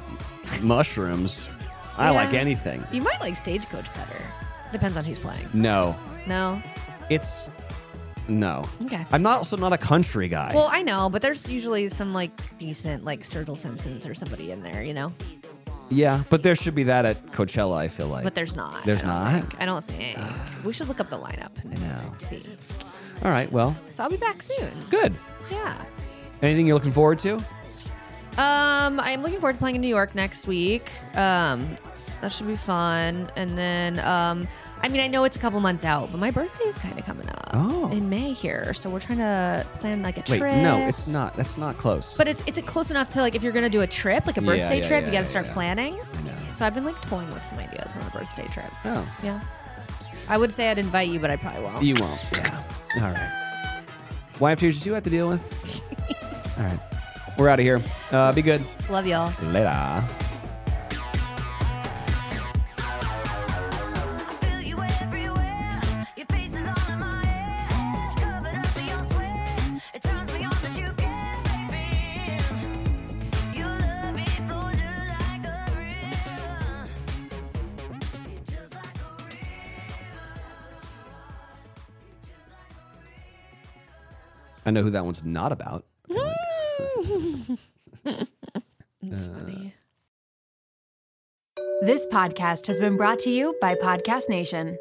Speaker 1: mushrooms. I like
Speaker 2: Yeah.
Speaker 1: anything.
Speaker 2: You might like stagecoach better. Depends on who's playing.
Speaker 1: No,
Speaker 2: No.
Speaker 1: it's no.
Speaker 2: Okay.
Speaker 1: I'm not also not a country guy.
Speaker 2: Well, I know, but there's usually some like decent like Sturgill Simpsons or somebody in there, you know.
Speaker 1: yeah, but there should be that at Coachella. I feel like.
Speaker 2: But there's not.
Speaker 1: There's
Speaker 2: I don't
Speaker 1: not? Ah.
Speaker 2: think. I don't think. we should look up the lineup.
Speaker 1: I know.
Speaker 2: See.
Speaker 1: All right. Well,
Speaker 2: So I'll be back soon.
Speaker 1: good.
Speaker 2: Yeah.
Speaker 1: Anything you're looking forward to?
Speaker 2: Um, I am looking forward to playing in New York next week. Um, that should be fun. And then, um, I mean, I know it's a couple months out, but my birthday is kind of coming up
Speaker 1: Oh.
Speaker 2: in May here, so we're trying to plan like a
Speaker 1: Wait,
Speaker 2: trip.
Speaker 1: no, it's not. That's not close.
Speaker 2: But it's it's close enough to like if you're gonna do a trip, like a
Speaker 1: Yeah,
Speaker 2: birthday
Speaker 1: yeah,
Speaker 2: trip,
Speaker 1: yeah,
Speaker 2: you
Speaker 1: yeah,
Speaker 2: gotta start
Speaker 1: yeah.
Speaker 2: planning.
Speaker 1: I know.
Speaker 2: So I've been like toying with some ideas on a birthday trip.
Speaker 1: Oh,
Speaker 2: Yeah. I would say I'd invite you, but I probably won't.
Speaker 1: you won't. Yeah. All right. Wife tears you have to deal with.
Speaker 2: <laughs>
Speaker 1: All right. We're out of here. Uh, be good.
Speaker 2: Love y'all.
Speaker 1: Later.
Speaker 7: I feel you everywhere. Your face is all in my hair, covered up in your sweat.
Speaker 1: I know who that one's not about. I feel like.
Speaker 2: That's funny.
Speaker 8: This podcast has been brought to you by Podcast Nation.